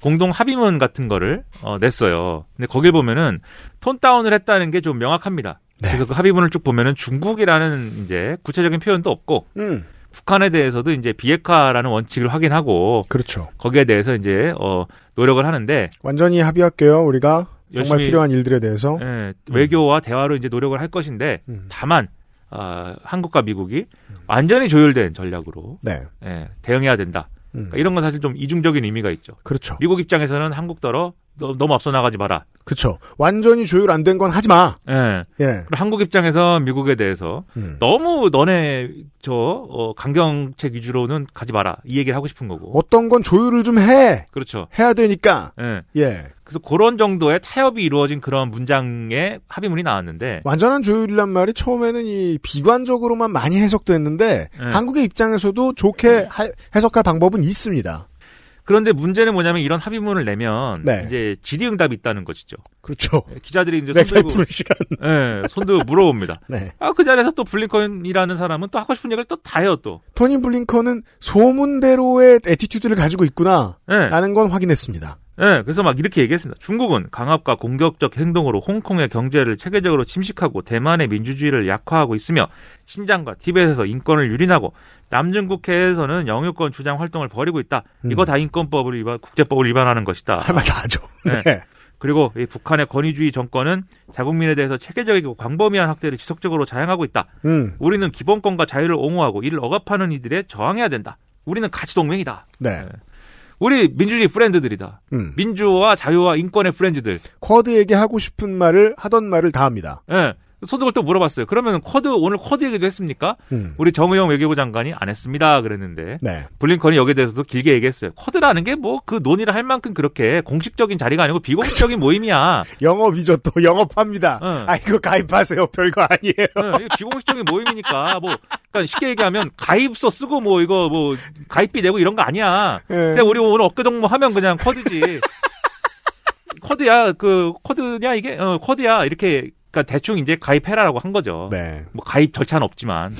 S3: 공동 합의문 같은 거를 어, 냈어요. 근데 거길 보면은 톤 다운을 했다는 게 좀 명확합니다. 그래서 그 합의문을 쭉 보면은 중국이라는 이제 구체적인 표현도 없고
S2: 음.
S3: 북한에 대해서도 이제 비핵화라는 원칙을 확인하고
S2: 그렇죠.
S3: 거기에 대해서 이제 어, 노력을 하는데
S2: 완전히 합의할게요, 우리가. 정말
S3: 열심히-
S2: 필요한 일들에 대해서.
S3: 예, 외교와 대화로 이제 노력을 할 것인데
S2: 음.
S3: 다만 아, 한국과 미국이 완전히 조율된 전략으로
S2: 네. 음.
S3: 예, 대응해야 된다. 그러니까 이런 건 사실 좀 이중적인 의미가 있죠.
S2: 그렇죠.
S3: 미국 입장에서는 한국더러 너, 무 앞서 나가지 마라.
S2: 그렇죠. 완전히 조율 안 된 건 하지 마.
S3: 예.
S2: 예. 음.
S3: 그리고 한국 입장에서 미국에 대해서 너무 너네 저 어, 강경책 위주로는 가지 마라 이 얘기를 하고 싶은 거고.
S2: 어떤 건 조율을 좀 해.
S3: 그렇죠.
S2: 해야 되니까.
S3: 예.
S2: 예.
S3: 그래서 그런 정도의 타협이 이루어진 그런 문장의 합의문이 나왔는데
S2: 완전한 조율이란 말이 처음에는 이 비관적으로만 많이 해석됐는데
S3: 네.
S2: 한국의 입장에서도 좋게 할- 해석할 방법은 있습니다.
S3: 그런데 문제는 뭐냐면 이런 합의문을 내면
S2: 네.
S3: 이제 질의응답이 있다는 것이죠. 예,
S2: 그렇죠.
S3: 기자들이 이제
S2: 넥타이
S3: 손들고
S2: 푸는 시간.
S3: 예, 손들고 물어봅니다.
S2: 네.
S3: 아 그 자리에서 또 블링컨이라는 사람은 또 하고 싶은 얘기를 또 다 해요 또.
S2: 토니 블링컨은 소문대로의 에티튜드를 가지고 있구나.
S3: 네.
S2: 라는 건 확인했습니다.
S3: 예, 그래서 막 이렇게 얘기했습니다. 중국은 강압과 공격적 행동으로 홍콩의 경제를 체계적으로 침식하고 대만의 민주주의를 약화하고 있으며 신장과 티벳에서 인권을 유린하고 남중국해에서는 영유권 주장 활동을 벌이고 있다. 이거 다 인권법을 위반, 국제법을 위반하는 것이다.
S2: 할 말 다 하죠.
S3: 네. 그리고 이 북한의 권위주의 정권은 자국민에 대해서 체계적이고 광범위한 학대를 지속적으로 자행하고 있다.
S2: 음.
S3: 우리는 기본권과 자유를 옹호하고 이를 억압하는 이들에 저항해야 된다. 우리는 가치 동맹이다.
S2: 네.
S3: 우리 민주주의 프렌드들이다.
S2: 음.
S3: 민주와 자유와 인권의 프렌즈들.
S2: 쿼드에게 하고 싶은 말을 하던 말을 다 합니다.
S3: 예. 소득을 또 물어봤어요. 그러면 쿼드 오늘 쿼드 얘기도 했습니까?
S2: 음.
S3: 우리 정의용 외교부 장관이 안 했습니다. 그랬는데
S2: 네.
S3: 블링컨이 여기에 대해서도 길게 얘기했어요. 쿼드라는 게 뭐 그 논의를 할 만큼 그렇게 공식적인 자리가 아니고 비공식적인 모임이야.
S2: 영업이죠. 또 영업합니다. 아 이거 가입하세요. 별거 아니에요.
S3: 네, 이거 비공식적인 모임이니까 뭐 그러니까 쉽게 얘기하면 가입서 쓰고 뭐 이거 뭐 가입비 내고 이런 거 아니야. 근데 우리 오늘 어깨 동무 하면 그냥 쿼드지. 쿼드야 그 쿼드냐 이게 어 쿼드야 이렇게 그러니까 대충 이제 가입해라라고 한 거죠.
S2: 네.
S3: 뭐 가입 절차는 없지만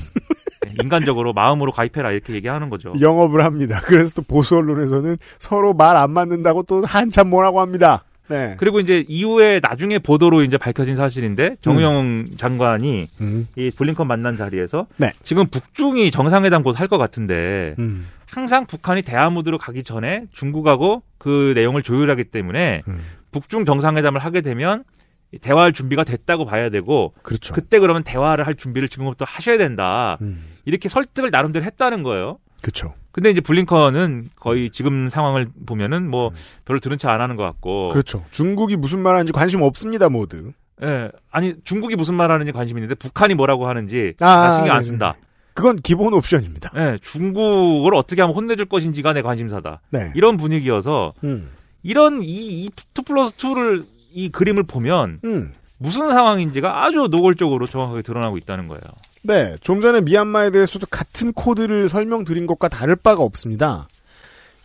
S3: 인간적으로 마음으로 가입해라 이렇게 얘기하는 거죠.
S2: 영업을 합니다. 그래서 또 보수 언론에서는 서로 말 안 맞는다고 또 한참 뭐라고 합니다. 네.
S3: 그리고 이제 이후에 나중에 보도로 이제 밝혀진 사실인데 정우영 장관이 이 블링컨 만난 자리에서
S2: 음. 네.
S3: 지금 북중이 정상회담 곧 할 것 같은데
S2: 음.
S3: 항상 북한이 대화무드로 가기 전에 중국하고 그 내용을 조율하기 때문에
S2: 음.
S3: 북중 정상회담을 하게 되면 이 대화할 준비가 됐다고 봐야 되고
S2: 그렇죠. 음.
S3: 그때 그러면 대화를 할 준비를 지금부터 하셔야 된다 이렇게 설득을 나름대로 했다는 거예요.
S2: 그렇죠.
S3: 근데 이제 블링컨은
S2: 음.
S3: 거의 지금 상황을 보면은 뭐 별로 들은 척 안 하는 것 같고
S2: 그렇죠. 중국이 무슨 말하는지 관심 없습니다, 모두.
S3: 예. 아니 중국이 무슨 말 하는지 관심 있는데 북한이 뭐라고 하는지
S2: 아,
S3: 나 신경
S2: 네네.
S3: 안 쓴다.
S2: 그건 기본 옵션입니다.
S3: 네, 중국을 어떻게 하면 혼내줄 것인지가 내 관심사다.
S2: 네.
S3: 이런 분위기여서
S2: 음.
S3: 이런 이 2 플러스 2를 이 그림을 보면
S2: 음.
S3: 무슨 상황인지가 아주 노골적으로 정확하게 드러나고 있다는 거예요.
S2: 네, 좀 전에 미얀마에 대해서도 같은 코드를 설명드린 것과 다를 바가 없습니다.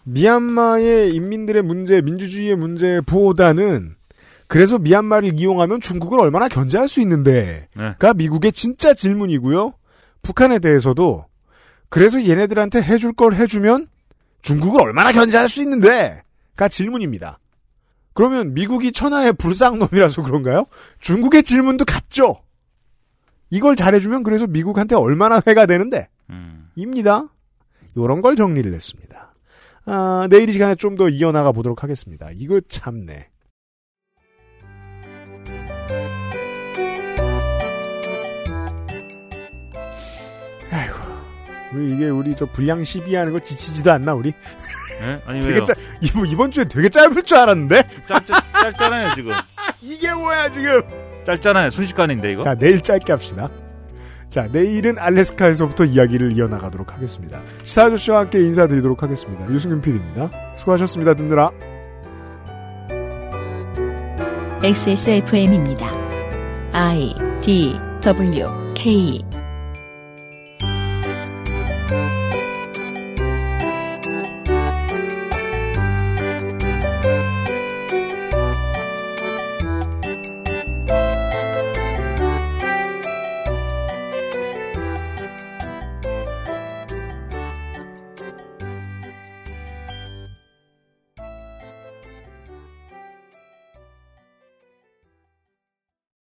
S2: 미얀마의 인민들의 문제, 민주주의의 문제보다는 그래서 미얀마를 이용하면 중국을 얼마나 견제할 수 있는데가 미국의 진짜 질문이고요. 북한에 대해서도 그래서 얘네들한테 해줄 걸 해주면 중국을 얼마나 견제할 수 있는데가 질문입니다. 그러면 미국이 천하의 불쌍놈이라서 그런가요? 중국의 질문도 같죠. 이걸 잘해주면 그래서 미국한테 얼마나 회가 되는데 음. 입니다. 요런 걸 정리를 했습니다. 아, 내일 이 시간에 좀 더 이어나가 보도록 하겠습니다. 이거 참네. 아이고, 왜 이게 우리 저 불량 시비하는 거 지치지도 않나 우리?
S3: 예? 아니
S2: 되게
S3: 왜요?
S2: 짧, 이번, 이번 주에 되게 짧을 줄 알았는데?
S3: 짧잖아요 지금.
S2: 이게 뭐야 지금?
S3: 짧잖아요. 순식간인데 이거.
S2: 자, 내일 짧게 합시다. 자, 내일은 알래스카에서부터 이야기를 이어나가도록 하겠습니다. 시사 아저씨와 함께 인사드리도록 하겠습니다. 유승균 PD입니다. 수고하셨습니다. 듣느라.
S1: XSFM입니다. I D W K